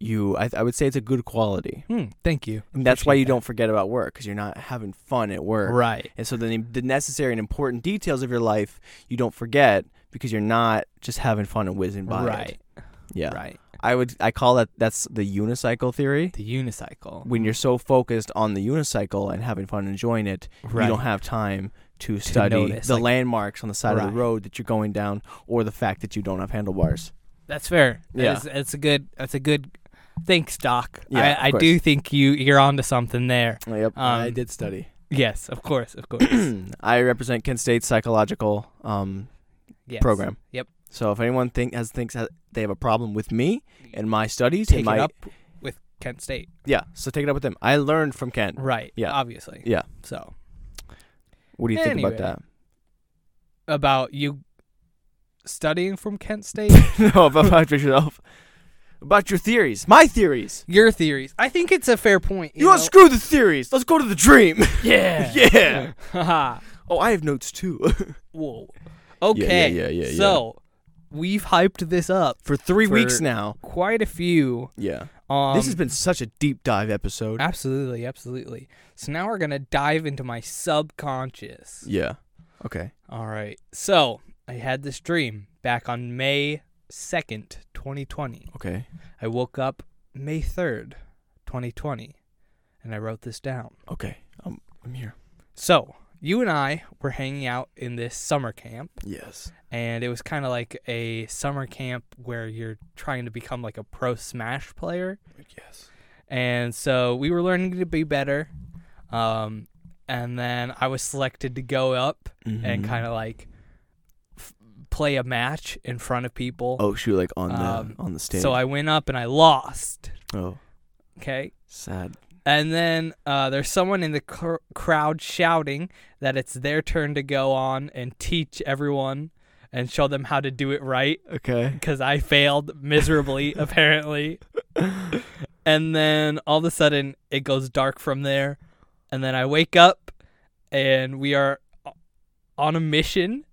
[SPEAKER 1] you, I, I would say it's a good quality.
[SPEAKER 2] Mm, thank you.
[SPEAKER 1] And that's why
[SPEAKER 2] Appreciate
[SPEAKER 1] you
[SPEAKER 2] that.
[SPEAKER 1] don't forget about work because you're not having fun at work.
[SPEAKER 2] Right.
[SPEAKER 1] And so the the necessary and important details of your life you don't forget because you're not just having fun and whizzing by. it.
[SPEAKER 2] Right.
[SPEAKER 1] Yeah.
[SPEAKER 2] Right.
[SPEAKER 1] I would I call that that's the unicycle theory.
[SPEAKER 2] The unicycle.
[SPEAKER 1] When you're so focused on the unicycle and having fun and enjoying it,
[SPEAKER 2] right.
[SPEAKER 1] you don't have time to study
[SPEAKER 2] notice,
[SPEAKER 1] the
[SPEAKER 2] like-
[SPEAKER 1] landmarks on the side of
[SPEAKER 2] Right.
[SPEAKER 1] the road that you're going down or the fact that you don't have handlebars.
[SPEAKER 2] That's fair. That
[SPEAKER 1] Yeah.
[SPEAKER 2] is- that's a good. That's a good. Thanks, Doc.
[SPEAKER 1] Yeah, of
[SPEAKER 2] I, I do think you you're onto something there.
[SPEAKER 1] Yep. I
[SPEAKER 2] Um,
[SPEAKER 1] did study.
[SPEAKER 2] Yes, of course, of
[SPEAKER 1] <coughs>
[SPEAKER 2] course.
[SPEAKER 1] <clears throat> I represent Kent State's psychological um,
[SPEAKER 2] Yes.
[SPEAKER 1] program.
[SPEAKER 2] Yep.
[SPEAKER 1] So if anyone think has thinks that they have a problem with me and my studies,
[SPEAKER 2] Take
[SPEAKER 1] and
[SPEAKER 2] it
[SPEAKER 1] my,
[SPEAKER 2] up with Kent State.
[SPEAKER 1] Yeah. So take it up with them. I learned from Kent.
[SPEAKER 2] Right.
[SPEAKER 1] Yeah.
[SPEAKER 2] Obviously.
[SPEAKER 1] Yeah.
[SPEAKER 2] So
[SPEAKER 1] What do you think
[SPEAKER 2] Anyway.
[SPEAKER 1] about
[SPEAKER 2] about you studying from Kent State.
[SPEAKER 1] <laughs> that? no, about, about yourself. About your theories. My theories.
[SPEAKER 2] Your theories. I think it's a fair point. You,
[SPEAKER 1] You,
[SPEAKER 2] know?
[SPEAKER 1] want to screw the theories. Let's go to the dream. <laughs>
[SPEAKER 2] Yeah.
[SPEAKER 1] Yeah.
[SPEAKER 2] <laughs> Haha.
[SPEAKER 1] oh, I have notes too. <laughs>
[SPEAKER 2] Whoa. Okay.
[SPEAKER 1] yeah, yeah, yeah.
[SPEAKER 2] So we've hyped this up
[SPEAKER 1] For three
[SPEAKER 2] For-
[SPEAKER 1] weeks now.
[SPEAKER 2] quite a few.
[SPEAKER 1] Yeah.
[SPEAKER 2] Um,
[SPEAKER 1] this has been such a deep dive episode.
[SPEAKER 2] Absolutely, absolutely. So now we're going to dive into my subconscious.
[SPEAKER 1] yeah. Okay.
[SPEAKER 2] All right. So I had this dream back on May 2nd, 2020.
[SPEAKER 1] Okay.
[SPEAKER 2] I woke up May 3rd, 2020, and I wrote this down.
[SPEAKER 1] Okay.
[SPEAKER 2] Um,
[SPEAKER 1] I'm, I'm here.
[SPEAKER 2] So you and I were hanging out in this summer camp,
[SPEAKER 1] Yes.
[SPEAKER 2] and it was kind of like a summer camp where you're trying to become like a pro Smash player.
[SPEAKER 1] Yes.
[SPEAKER 2] and so we were learning to be better. Um, and then I was selected to go up
[SPEAKER 1] Mm-hmm.
[SPEAKER 2] and kind of like f- play a match in front of people.
[SPEAKER 1] Oh shoot! Like on the
[SPEAKER 2] Um,
[SPEAKER 1] on the stage.
[SPEAKER 2] so I went up and I lost.
[SPEAKER 1] oh
[SPEAKER 2] Okay.
[SPEAKER 1] sad.
[SPEAKER 2] And then uh, there's someone in the cr- crowd shouting that it's their turn to go on and teach everyone and show them how to do it right
[SPEAKER 1] Okay.
[SPEAKER 2] because I failed
[SPEAKER 1] <laughs>
[SPEAKER 2] miserably, apparently. And then all of a sudden, it goes dark from there. And then I wake up, and we are o- on a mission.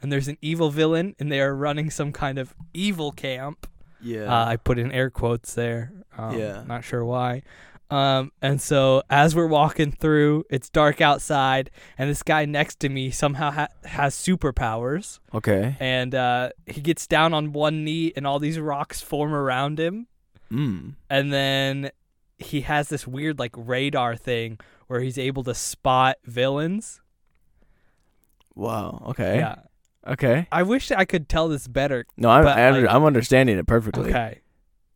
[SPEAKER 2] And there's an evil villain, and they are running some kind of evil camp.
[SPEAKER 1] Yeah.
[SPEAKER 2] Uh, I put in air quotes there. Um,
[SPEAKER 1] Yeah.
[SPEAKER 2] Not sure why. Um, and so as we're walking through, it's dark outside, and this guy next to me somehow ha- has superpowers
[SPEAKER 1] okay.
[SPEAKER 2] and uh, he gets down on one knee and all these rocks form around him
[SPEAKER 1] Mm.
[SPEAKER 2] and then he has this weird like radar thing where he's able to spot villains.
[SPEAKER 1] Wow. Okay.
[SPEAKER 2] Yeah.
[SPEAKER 1] Okay.
[SPEAKER 2] I wish I could tell this better.
[SPEAKER 1] No, I'm
[SPEAKER 2] But,
[SPEAKER 1] I under,
[SPEAKER 2] like-
[SPEAKER 1] I'm understanding it perfectly.
[SPEAKER 2] Okay.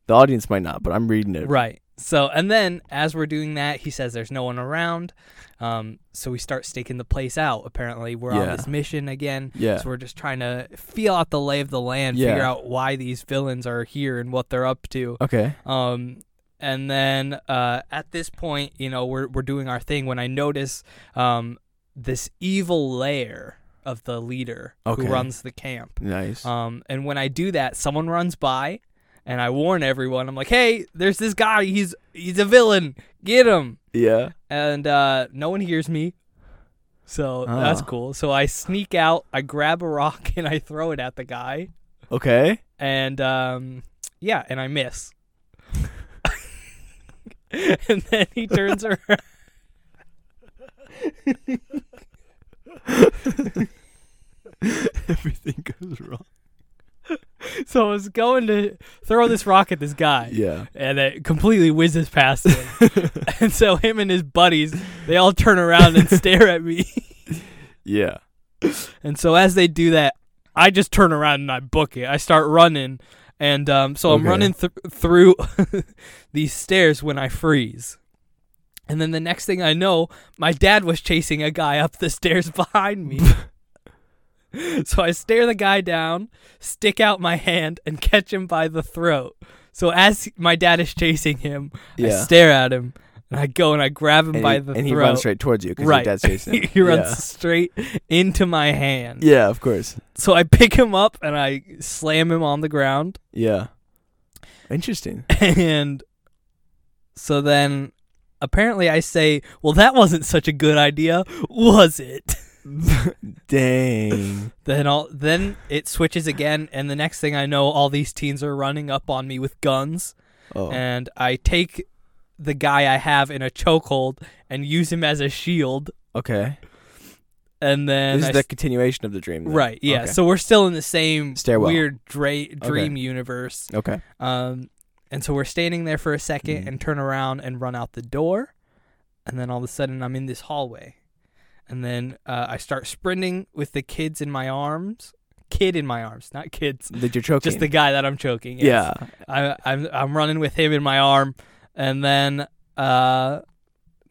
[SPEAKER 1] The audience might not, but I'm reading it.
[SPEAKER 2] Right. So, and then as we're doing that, he says there's no one around. Um, so we start staking the place out. Apparently, we're on
[SPEAKER 1] Yeah.
[SPEAKER 2] this mission again.
[SPEAKER 1] Yeah.
[SPEAKER 2] So we're just trying to feel out the lay of the land,
[SPEAKER 1] Yeah.
[SPEAKER 2] figure out why these villains are here and what they're up to.
[SPEAKER 1] Okay.
[SPEAKER 2] Um, and then uh, at this point, you know, we're we're doing our thing when I notice um, this evil lair of the leader
[SPEAKER 1] Okay.
[SPEAKER 2] who runs the camp.
[SPEAKER 1] Nice.
[SPEAKER 2] Um, and when I do that, someone runs by, and I warn everyone. I'm like, "Hey, there's this guy. He's he's a villain. Get him!"
[SPEAKER 1] yeah.
[SPEAKER 2] And uh, no one hears me, so that's
[SPEAKER 1] Oh.
[SPEAKER 2] cool. So I sneak out. I grab a rock <laughs> and I throw it at the guy,
[SPEAKER 1] Okay.
[SPEAKER 2] <laughs>
[SPEAKER 1] <laughs>
[SPEAKER 2] and um, yeah, and I miss. <laughs> and then he turns around.
[SPEAKER 1] Everything goes wrong.
[SPEAKER 2] So I was going to throw this rock at this guy.
[SPEAKER 1] Yeah.
[SPEAKER 2] and it completely whizzes past him. and so him and his buddies, they all turn around and stare at me.
[SPEAKER 1] Yeah.
[SPEAKER 2] And so as they do that, I just turn around and I book it. I start running, and um, so I'm
[SPEAKER 1] Okay.
[SPEAKER 2] running th- through <laughs> these stairs when I freeze. And then the next thing I know, my dad was chasing a guy up the stairs <laughs> behind
[SPEAKER 1] <laughs>
[SPEAKER 2] me. so I stare the guy down, stick out my hand, and catch him by the throat. So as my dad is chasing him, I
[SPEAKER 1] Yeah.
[SPEAKER 2] stare at him, and I go and I grab him
[SPEAKER 1] and
[SPEAKER 2] by
[SPEAKER 1] he,
[SPEAKER 2] the
[SPEAKER 1] and
[SPEAKER 2] throat.
[SPEAKER 1] he runs straight towards you because
[SPEAKER 2] Right.
[SPEAKER 1] your
[SPEAKER 2] <laughs>
[SPEAKER 1] dad's chasing him.
[SPEAKER 2] he runs
[SPEAKER 1] Yeah.
[SPEAKER 2] straight into my hand.
[SPEAKER 1] Yeah, of course.
[SPEAKER 2] So I pick him up and I slam him on the ground. <laughs>
[SPEAKER 1] Yeah. Interesting.
[SPEAKER 2] And so then apparently I say, Well, that wasn't such a good idea, was it? <laughs>
[SPEAKER 1] Dang.
[SPEAKER 2] Then all then it switches again and the next thing I know all these teens are running up on me with guns
[SPEAKER 1] Oh.
[SPEAKER 2] and I take the guy I have in a chokehold and use him as a shield
[SPEAKER 1] okay.
[SPEAKER 2] and then
[SPEAKER 1] This
[SPEAKER 2] I
[SPEAKER 1] is the continuation of the dream. then.
[SPEAKER 2] Right. Yeah.
[SPEAKER 1] Okay.
[SPEAKER 2] So we're still in the same
[SPEAKER 1] Stairwell.
[SPEAKER 2] weird dra- dream universe.
[SPEAKER 1] okay.
[SPEAKER 2] Um, and so we're standing there for a 2nd
[SPEAKER 1] Mhm.
[SPEAKER 2] and turn around and run out the door, and then all of a sudden I'm in this hallway, and then uh, I start sprinting with the kids in my arms, kid in my arms, not kids,
[SPEAKER 1] That you're choking.
[SPEAKER 2] just the guy that I'm choking. yes.
[SPEAKER 1] yeah.
[SPEAKER 2] I, I'm I'm running with him in my arm, and then uh,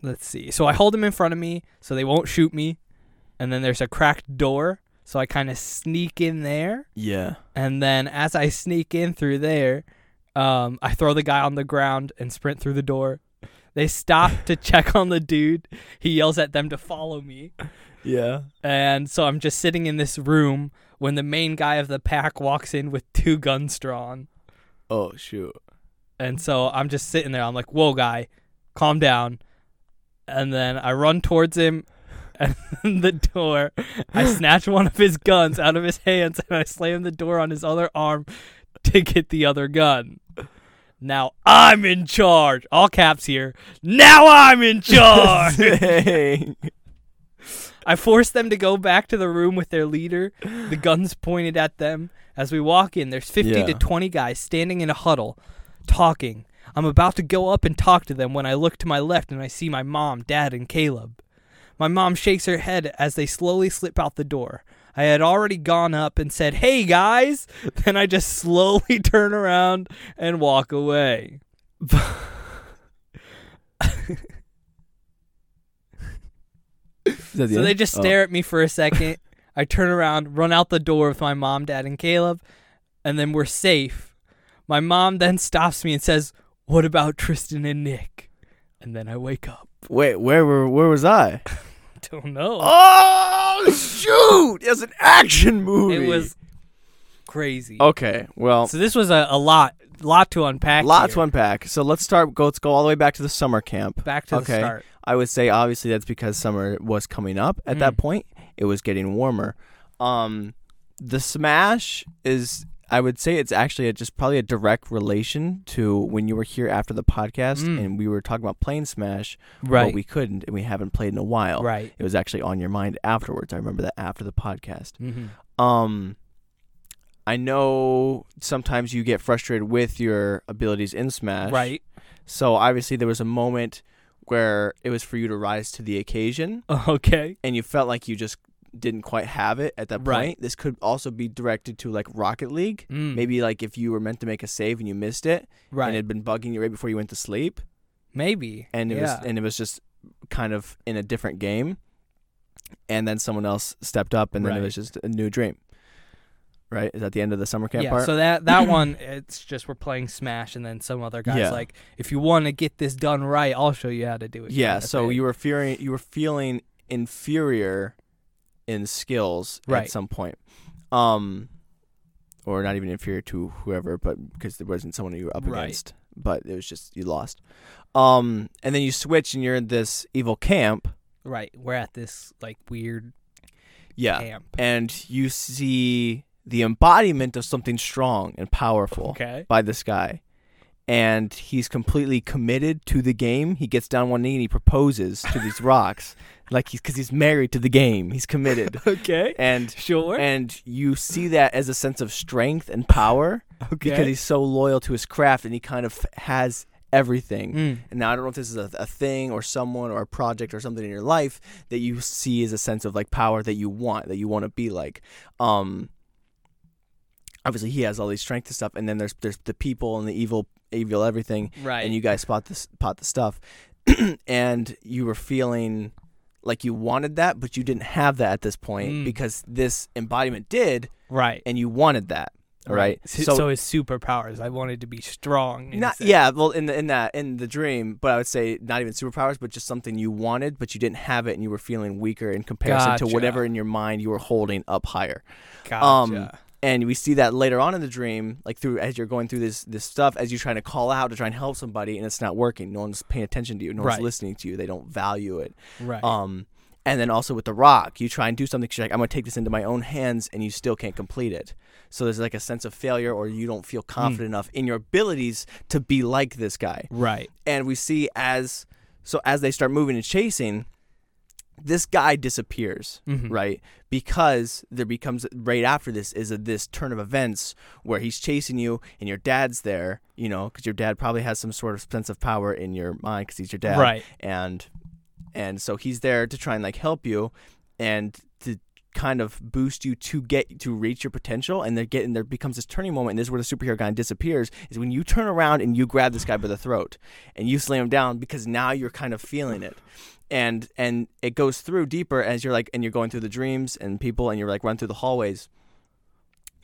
[SPEAKER 2] let's see. So I hold him in front of me, so they won't shoot me, and then there's a cracked door, so I kind of sneak in there,
[SPEAKER 1] Yeah.
[SPEAKER 2] and then as I sneak in through there, um, I throw the guy on the ground and sprint through the door. They stop to check on the dude. He yells at them to follow me,
[SPEAKER 1] Yeah.
[SPEAKER 2] and so I'm just sitting in this room when the main guy of the pack walks in with two guns drawn.
[SPEAKER 1] Oh
[SPEAKER 2] <laughs>
[SPEAKER 1] shoot.
[SPEAKER 2] And so I'm just sitting there. I'm like, whoa, guy, calm down. And then I run towards him <laughs> and the door. I snatch one of his guns out of his hands and I slam the door on his other arm to get the other gun. Now I'm in charge. All caps here. Now I'm in
[SPEAKER 1] <laughs>
[SPEAKER 2] charge.
[SPEAKER 1] Dang.
[SPEAKER 2] I force them to go back to the room with their leader. The guns pointed at them. As we walk in, there's 50 to
[SPEAKER 1] Yeah.
[SPEAKER 2] 20 guys standing in a huddle, talking. I'm about to go up and talk to them when I look to my left and I see my mom, dad, and Caleb. My mom shakes her head as they slowly slip out the door. I had already gone up and said, Hey guys! <laughs> Then I just slowly <laughs> turn around and walk away. <laughs>
[SPEAKER 1] Is that the
[SPEAKER 2] So
[SPEAKER 1] end?
[SPEAKER 2] they just
[SPEAKER 1] Oh.
[SPEAKER 2] stare at me
[SPEAKER 1] <laughs>
[SPEAKER 2] for a second. I turn around, run out the door with my mom, dad, and Caleb, and then we're safe. My mom then stops me and says, "What about Tristan and Nick?" And then I wake up. <laughs>
[SPEAKER 1] Wait, where were where was I?
[SPEAKER 2] Don't know.
[SPEAKER 1] Oh shoot! It's an action movie.
[SPEAKER 2] it was crazy.
[SPEAKER 1] okay. Well,
[SPEAKER 2] So this was a, a lot, lot to unpack.
[SPEAKER 1] lot
[SPEAKER 2] here.
[SPEAKER 1] to unpack. So let's start. Go. Let's go all the way back to the summer camp.
[SPEAKER 2] Back to
[SPEAKER 1] okay.
[SPEAKER 2] the start.
[SPEAKER 1] I would say obviously that's because summer was coming up at that
[SPEAKER 2] Mm.
[SPEAKER 1] point. It was getting warmer. Um, the smash is. I would say it's actually a, just probably a direct relation to when you were here after the podcast
[SPEAKER 2] Mm.
[SPEAKER 1] and we were talking about playing Smash,
[SPEAKER 2] Right.
[SPEAKER 1] but we couldn't and we haven't played in a while.
[SPEAKER 2] right.
[SPEAKER 1] It was actually on your mind afterwards. I remember that after the podcast.
[SPEAKER 2] Mm-hmm.
[SPEAKER 1] Um, I know sometimes you get frustrated with your abilities in Smash.
[SPEAKER 2] Right. <laughs>
[SPEAKER 1] So obviously there was a moment where it was for you to rise to the occasion
[SPEAKER 2] Okay.
[SPEAKER 1] and you felt like you just didn't quite have it at that point.
[SPEAKER 2] Right.
[SPEAKER 1] This could also be directed to like Rocket League.
[SPEAKER 2] Mm,
[SPEAKER 1] Maybe like if you were meant to make a save and you missed it
[SPEAKER 2] right.
[SPEAKER 1] and it had been bugging you right before you went to sleep
[SPEAKER 2] Maybe.
[SPEAKER 1] and it
[SPEAKER 2] yeah.
[SPEAKER 1] was and it was just kind of in a different game and then someone else stepped up and then
[SPEAKER 2] Right.
[SPEAKER 1] it was just a new dream right is that the end of the summer camp
[SPEAKER 2] yeah,
[SPEAKER 1] part
[SPEAKER 2] so that that one, it's just we're playing Smash, and then some other guy's
[SPEAKER 1] Yeah.
[SPEAKER 2] like, "If you want to get this done right, I'll show you how to do it."
[SPEAKER 1] yeah
[SPEAKER 2] kinda
[SPEAKER 1] so
[SPEAKER 2] thing.
[SPEAKER 1] you were fearing you were feeling inferior in skills
[SPEAKER 2] Right.
[SPEAKER 1] at some point um or not even inferior to whoever but because there wasn't someone you were up
[SPEAKER 2] Right.
[SPEAKER 1] against but it was just you lost um and then you switch and you're in this evil camp
[SPEAKER 2] right. We're at this like weird
[SPEAKER 1] yeah
[SPEAKER 2] camp.
[SPEAKER 1] and you see the embodiment of something strong and powerful
[SPEAKER 2] Okay.
[SPEAKER 1] by this guy. And he's completely committed to the game. He gets down one knee and he proposes to these rocks, like he's because he's married to the game. He's committed,
[SPEAKER 2] Okay.
[SPEAKER 1] and
[SPEAKER 2] Sure.
[SPEAKER 1] and you see that as a sense of strength and power because he's so loyal to his craft, and he kind of has everything.
[SPEAKER 2] Mm.
[SPEAKER 1] And now I don't know if this is a, a thing or someone or a project or something in your life that you see as a sense of like power that you want, that you want to be like. Um obviously he has all these strength and stuff, and then there's there's the people and the evil evil everything
[SPEAKER 2] Right.
[SPEAKER 1] and you guys spot this spot the stuff. <clears throat> and you were feeling like you wanted that, but you didn't have that at this point
[SPEAKER 2] Mm.
[SPEAKER 1] because this embodiment did
[SPEAKER 2] right.
[SPEAKER 1] and you wanted that. All right.
[SPEAKER 2] So, so his superpowers. I wanted to be strong. in a
[SPEAKER 1] Not
[SPEAKER 2] sense.
[SPEAKER 1] yeah, well in the, in that in the dream, but I would say not even superpowers, but just something you wanted, but you didn't have it, and you were feeling weaker in comparison
[SPEAKER 2] Gotcha.
[SPEAKER 1] to whatever in your mind you were holding up higher.
[SPEAKER 2] Gotcha.
[SPEAKER 1] um, And we see that later on in the dream, like through as you're going through this this stuff, as you're trying to call out to try and help somebody, and it's not working. No one's paying attention to you. No one's
[SPEAKER 2] Right.
[SPEAKER 1] listening to you. They don't value it.
[SPEAKER 2] right.
[SPEAKER 1] Um, and then also with the rock, you try and do something. 'cause You're like, I'm gonna take this into my own hands, and you still can't complete it. So there's like a sense of failure, or you don't
[SPEAKER 2] Hmm.
[SPEAKER 1] feel confident enough in your abilities to be like this guy.
[SPEAKER 2] right.
[SPEAKER 1] And we see as so as they start moving and chasing, this guy disappears,
[SPEAKER 2] Mhm.
[SPEAKER 1] right? Because there becomes right after this is a, this turn of events where he's chasing you, and your dad's there, you know, because your dad probably has some sort of sense of power in your mind because he's your dad,
[SPEAKER 2] Right.
[SPEAKER 1] and and so he's there to try and like help you and to kind of boost you to get to reach your potential and they're getting there becomes this turning moment and this is where the superhero guy disappears is when you turn around and you grab this guy by the throat and you slam him down because now you're kind of feeling it and and it goes through deeper as you're like and you're going through the dreams and people and you're like run through the hallways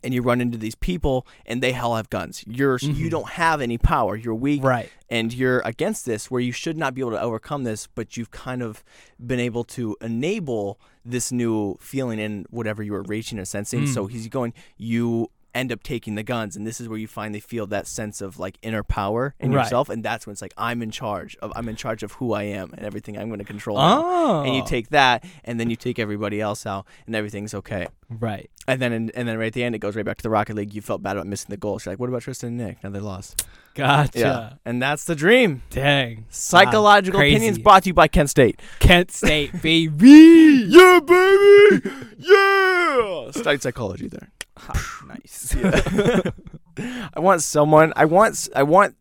[SPEAKER 1] and you run into these people and they all have guns you're you
[SPEAKER 2] Mhm.
[SPEAKER 1] don't have any power you're weak
[SPEAKER 2] Right.
[SPEAKER 1] and you're against this where you should not be able to overcome this but you've kind of been able to enable this new feeling in whatever you were reaching or sensing
[SPEAKER 2] Mm.
[SPEAKER 1] so he's going you end up taking the guns and this is where you finally feel that sense of like inner power in
[SPEAKER 2] Right.
[SPEAKER 1] yourself and that's when it's like i'm in charge of i'm in charge of who i am and everything i'm going to control now."
[SPEAKER 2] Oh.
[SPEAKER 1] and you take that and then you take everybody else out and everything's okay
[SPEAKER 2] right.
[SPEAKER 1] and then and then right at the end it goes right back to the rocket league you felt bad about missing the goal so you're like what about tristan and nick now they lost
[SPEAKER 2] Gotcha.
[SPEAKER 1] and that's the dream
[SPEAKER 2] Dang.
[SPEAKER 1] Psychological
[SPEAKER 2] Wow, crazy.
[SPEAKER 1] opinions brought to you by Kent State.
[SPEAKER 2] Kent
[SPEAKER 1] <laughs>
[SPEAKER 2] State, baby.
[SPEAKER 1] yeah, baby. Yeah. Studied psychology there. <laughs>
[SPEAKER 2] nice.
[SPEAKER 1] I want someone. I want. s- I want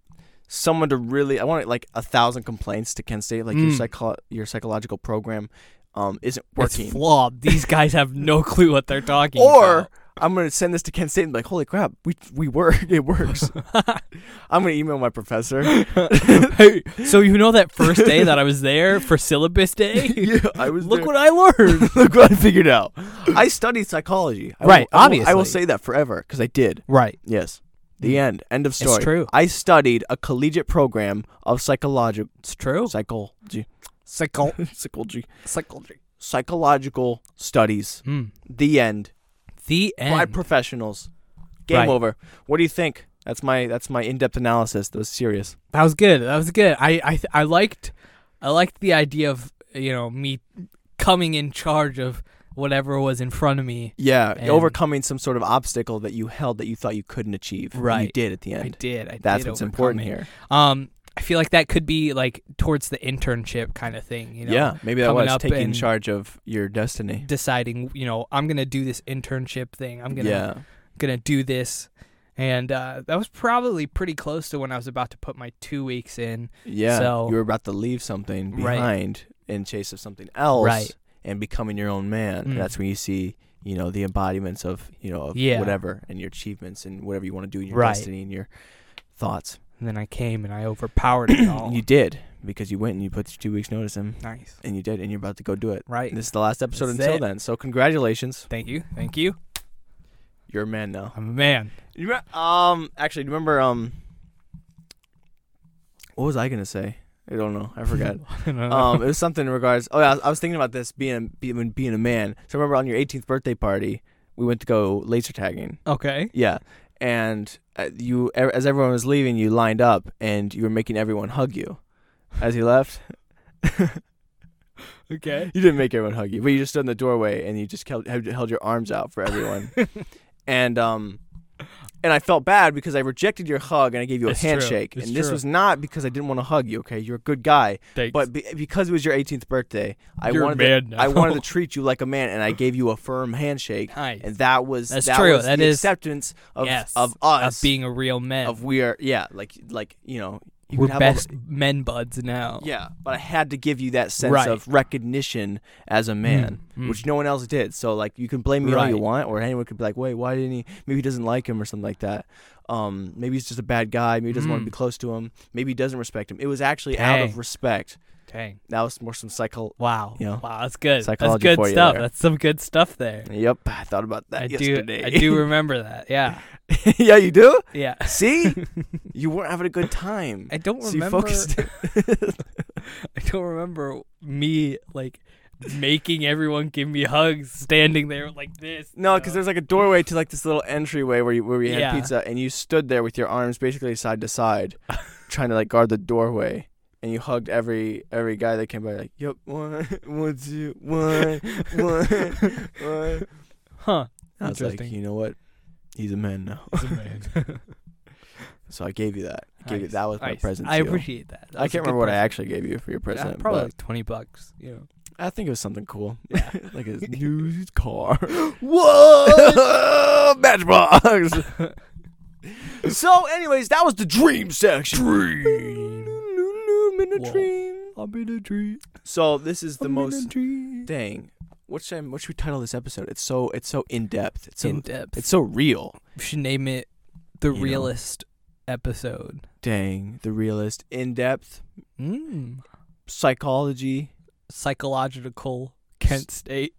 [SPEAKER 1] someone to really. I want like a thousand complaints to Kent State. Like your
[SPEAKER 2] Mm.
[SPEAKER 1] psycho, your psychological program, um, isn't
[SPEAKER 2] It's
[SPEAKER 1] working.
[SPEAKER 2] flawed. These guys have no <laughs> clue what they're talking
[SPEAKER 1] or I'm gonna send this to Kent State and be like, holy crap, we we work.
[SPEAKER 2] <laughs>
[SPEAKER 1] It works.
[SPEAKER 2] about.
[SPEAKER 1] I'm gonna email my professor.
[SPEAKER 2] <laughs>
[SPEAKER 1] <laughs>
[SPEAKER 2] hey, so you know that first day that I was there for
[SPEAKER 1] <laughs>
[SPEAKER 2] syllabus day?
[SPEAKER 1] yeah, I was.
[SPEAKER 2] Look
[SPEAKER 1] there.
[SPEAKER 2] what I
[SPEAKER 1] <laughs>
[SPEAKER 2] learned.
[SPEAKER 1] Look what I figured out. I studied psychology. I
[SPEAKER 2] Right,
[SPEAKER 1] will- I will- I will
[SPEAKER 2] obviously.
[SPEAKER 1] say that forever because I did.
[SPEAKER 2] Right.
[SPEAKER 1] Yes. The end. End of story.
[SPEAKER 2] Mm. true.
[SPEAKER 1] I studied a collegiate program of psychological
[SPEAKER 2] It's true.
[SPEAKER 1] psychology
[SPEAKER 2] Psycho-
[SPEAKER 1] <laughs> psychology
[SPEAKER 2] psychology.
[SPEAKER 1] psychological studies.
[SPEAKER 2] Mm.
[SPEAKER 1] The end.
[SPEAKER 2] The end.
[SPEAKER 1] By professionals. Game
[SPEAKER 2] Right.
[SPEAKER 1] over. What do you think? That's my that's my in depth analysis. That was serious.
[SPEAKER 2] That was good. That was good. I I th- I liked I liked the idea of you know me coming in charge of whatever was in front of me.
[SPEAKER 1] Yeah,
[SPEAKER 2] And-
[SPEAKER 1] overcoming some sort of obstacle that you held that you thought you couldn't achieve. and You
[SPEAKER 2] Right.
[SPEAKER 1] did at the
[SPEAKER 2] I
[SPEAKER 1] end.
[SPEAKER 2] did. I
[SPEAKER 1] That's
[SPEAKER 2] did
[SPEAKER 1] what's
[SPEAKER 2] overcome
[SPEAKER 1] important
[SPEAKER 2] it.
[SPEAKER 1] here.
[SPEAKER 2] Um, I feel like that could be like towards the internship kind of thing. You know,
[SPEAKER 1] yeah, maybe that
[SPEAKER 2] coming
[SPEAKER 1] was
[SPEAKER 2] up
[SPEAKER 1] taking
[SPEAKER 2] and-
[SPEAKER 1] charge of your destiny.
[SPEAKER 2] deciding you know I'm gonna do this internship thing. I'm gonna
[SPEAKER 1] yeah,
[SPEAKER 2] gonna do this, And uh, that was probably pretty close to when I was about to put my two weeks in.
[SPEAKER 1] Yeah.
[SPEAKER 2] So-
[SPEAKER 1] you were about to leave something
[SPEAKER 2] Right.
[SPEAKER 1] behind in chase of something else
[SPEAKER 2] Right.
[SPEAKER 1] and becoming your own man.
[SPEAKER 2] Mm.
[SPEAKER 1] And that's when you see, you know, the embodiments of, you know, of
[SPEAKER 2] Yeah.
[SPEAKER 1] whatever and your achievements and whatever you want to do in your
[SPEAKER 2] Right.
[SPEAKER 1] destiny and your thoughts.
[SPEAKER 2] And then I came and I overpowered
[SPEAKER 1] <coughs>
[SPEAKER 2] it all.
[SPEAKER 1] You did because you went and you put your two weeks notice in
[SPEAKER 2] nice.
[SPEAKER 1] and you did and you're about to go do it.
[SPEAKER 2] Right.
[SPEAKER 1] And this is the last episode
[SPEAKER 2] That's
[SPEAKER 1] until
[SPEAKER 2] it.
[SPEAKER 1] then. So congratulations.
[SPEAKER 2] Thank you. Thank you.
[SPEAKER 1] You're a man now.
[SPEAKER 2] I'm a man. <laughs>
[SPEAKER 1] You re- um actually do you remember um what was I gonna say? I don't know.
[SPEAKER 2] <laughs>
[SPEAKER 1] I forgot. um, it was something in regards. Oh, yeah, I was, I was thinking about this being being being a man. So remember on your 18th birthday party, we went to go laser tagging.
[SPEAKER 2] okay.
[SPEAKER 1] Yeah, and uh, you e- as everyone was leaving, you lined up and you were making everyone hug you as he left. <laughs>
[SPEAKER 2] Okay.
[SPEAKER 1] You didn't make everyone hug you, but you just stood in the doorway and you just held, held held your arms out
[SPEAKER 2] <laughs>
[SPEAKER 1] for everyone. and um, and I felt bad because I rejected your hug and I gave you a
[SPEAKER 2] It's true.
[SPEAKER 1] handshake.
[SPEAKER 2] It's
[SPEAKER 1] And this
[SPEAKER 2] true.
[SPEAKER 1] was not because I didn't want to hug you. Okay, you're a good guy,
[SPEAKER 2] Thanks.
[SPEAKER 1] but be- because it was your 18th birthday, I
[SPEAKER 2] You're a
[SPEAKER 1] wanted
[SPEAKER 2] man
[SPEAKER 1] to,
[SPEAKER 2] now.
[SPEAKER 1] I wanted to treat you like a man, and I gave you a firm handshake.
[SPEAKER 2] <laughs> nice.
[SPEAKER 1] And that was
[SPEAKER 2] That's
[SPEAKER 1] that
[SPEAKER 2] true.
[SPEAKER 1] Was
[SPEAKER 2] That
[SPEAKER 1] the
[SPEAKER 2] is-
[SPEAKER 1] acceptance of
[SPEAKER 2] yes.
[SPEAKER 1] of us
[SPEAKER 2] of being a real man.
[SPEAKER 1] of we are yeah like like you know you
[SPEAKER 2] We're
[SPEAKER 1] could have all the-
[SPEAKER 2] best men buds now.
[SPEAKER 1] <laughs> yeah, but I had to give you that sense
[SPEAKER 2] Right.
[SPEAKER 1] of recognition as a man,
[SPEAKER 2] mm.
[SPEAKER 1] which no one else did. So like you can blame me all you
[SPEAKER 2] Right.
[SPEAKER 1] want, or anyone could be like, wait, why didn't he? Maybe he doesn't like him or something like that. Um, maybe he's just a bad guy. Maybe he doesn't want to
[SPEAKER 2] Mm.
[SPEAKER 1] be close to him. Maybe he doesn't respect him. It was actually out of
[SPEAKER 2] Dang.
[SPEAKER 1] respect.
[SPEAKER 2] Dang.
[SPEAKER 1] That was more some psycho.
[SPEAKER 2] Wow.
[SPEAKER 1] You know,
[SPEAKER 2] wow. That's good. That's
[SPEAKER 1] psychology
[SPEAKER 2] good
[SPEAKER 1] for you
[SPEAKER 2] stuff.
[SPEAKER 1] there.
[SPEAKER 2] That's some good stuff there.
[SPEAKER 1] Yep, I thought about that
[SPEAKER 2] I
[SPEAKER 1] yesterday.
[SPEAKER 2] do. I
[SPEAKER 1] <laughs>
[SPEAKER 2] do remember that. Yeah.
[SPEAKER 1] yeah, you do.
[SPEAKER 2] Yeah. <laughs>
[SPEAKER 1] <laughs> See, you weren't having a good time.
[SPEAKER 2] I don't
[SPEAKER 1] so you
[SPEAKER 2] remember.
[SPEAKER 1] focused.
[SPEAKER 2] I don't remember me like making everyone give me hugs, standing there like this.
[SPEAKER 1] <laughs> No,
[SPEAKER 2] you <laughs>
[SPEAKER 1] because
[SPEAKER 2] know.
[SPEAKER 1] there's like a doorway to like this little entryway where you, where we had
[SPEAKER 2] Yeah.
[SPEAKER 1] pizza, and you stood there with your arms basically side to
[SPEAKER 2] <laughs>
[SPEAKER 1] side, trying to like guard the doorway, and you hugged every every guy that came by. Like, yep, one, <laughs> one, two, one, one, one.
[SPEAKER 2] huh?
[SPEAKER 1] I was like,
[SPEAKER 2] Interesting.
[SPEAKER 1] you know what? He's a man now.
[SPEAKER 2] It's a <laughs> man.
[SPEAKER 1] <laughs> So I gave you that. I gave you
[SPEAKER 2] Nice,
[SPEAKER 1] that was my
[SPEAKER 2] nice.
[SPEAKER 1] present.
[SPEAKER 2] I
[SPEAKER 1] to you.
[SPEAKER 2] appreciate that. That
[SPEAKER 1] I
[SPEAKER 2] was a
[SPEAKER 1] can't
[SPEAKER 2] good
[SPEAKER 1] remember what I
[SPEAKER 2] present.
[SPEAKER 1] actually gave you for your
[SPEAKER 2] Yeah,
[SPEAKER 1] present,
[SPEAKER 2] probably like twenty bucks. You know.
[SPEAKER 1] but I think it was something cool,
[SPEAKER 2] <laughs> Yeah.
[SPEAKER 1] like <laughs> a new <laughs> car. Whoa, Matchbox. <laughs> So, anyways, that was the dream section. Dream. in a
[SPEAKER 2] Whoa.
[SPEAKER 1] dream.
[SPEAKER 2] <laughs> I'm in a dream.
[SPEAKER 1] So this is <laughs> the
[SPEAKER 2] I'm in a
[SPEAKER 1] most
[SPEAKER 2] dream.
[SPEAKER 1] dang. What should I, what should we title this episode? It's so it's so in depth. It's so
[SPEAKER 2] in depth.
[SPEAKER 1] it's so real.
[SPEAKER 2] we should name it the
[SPEAKER 1] You know.
[SPEAKER 2] realest episode.
[SPEAKER 1] Dang, the realist, in depth
[SPEAKER 2] Mm.
[SPEAKER 1] psychology. <laughs>
[SPEAKER 2] Psychological Kent State.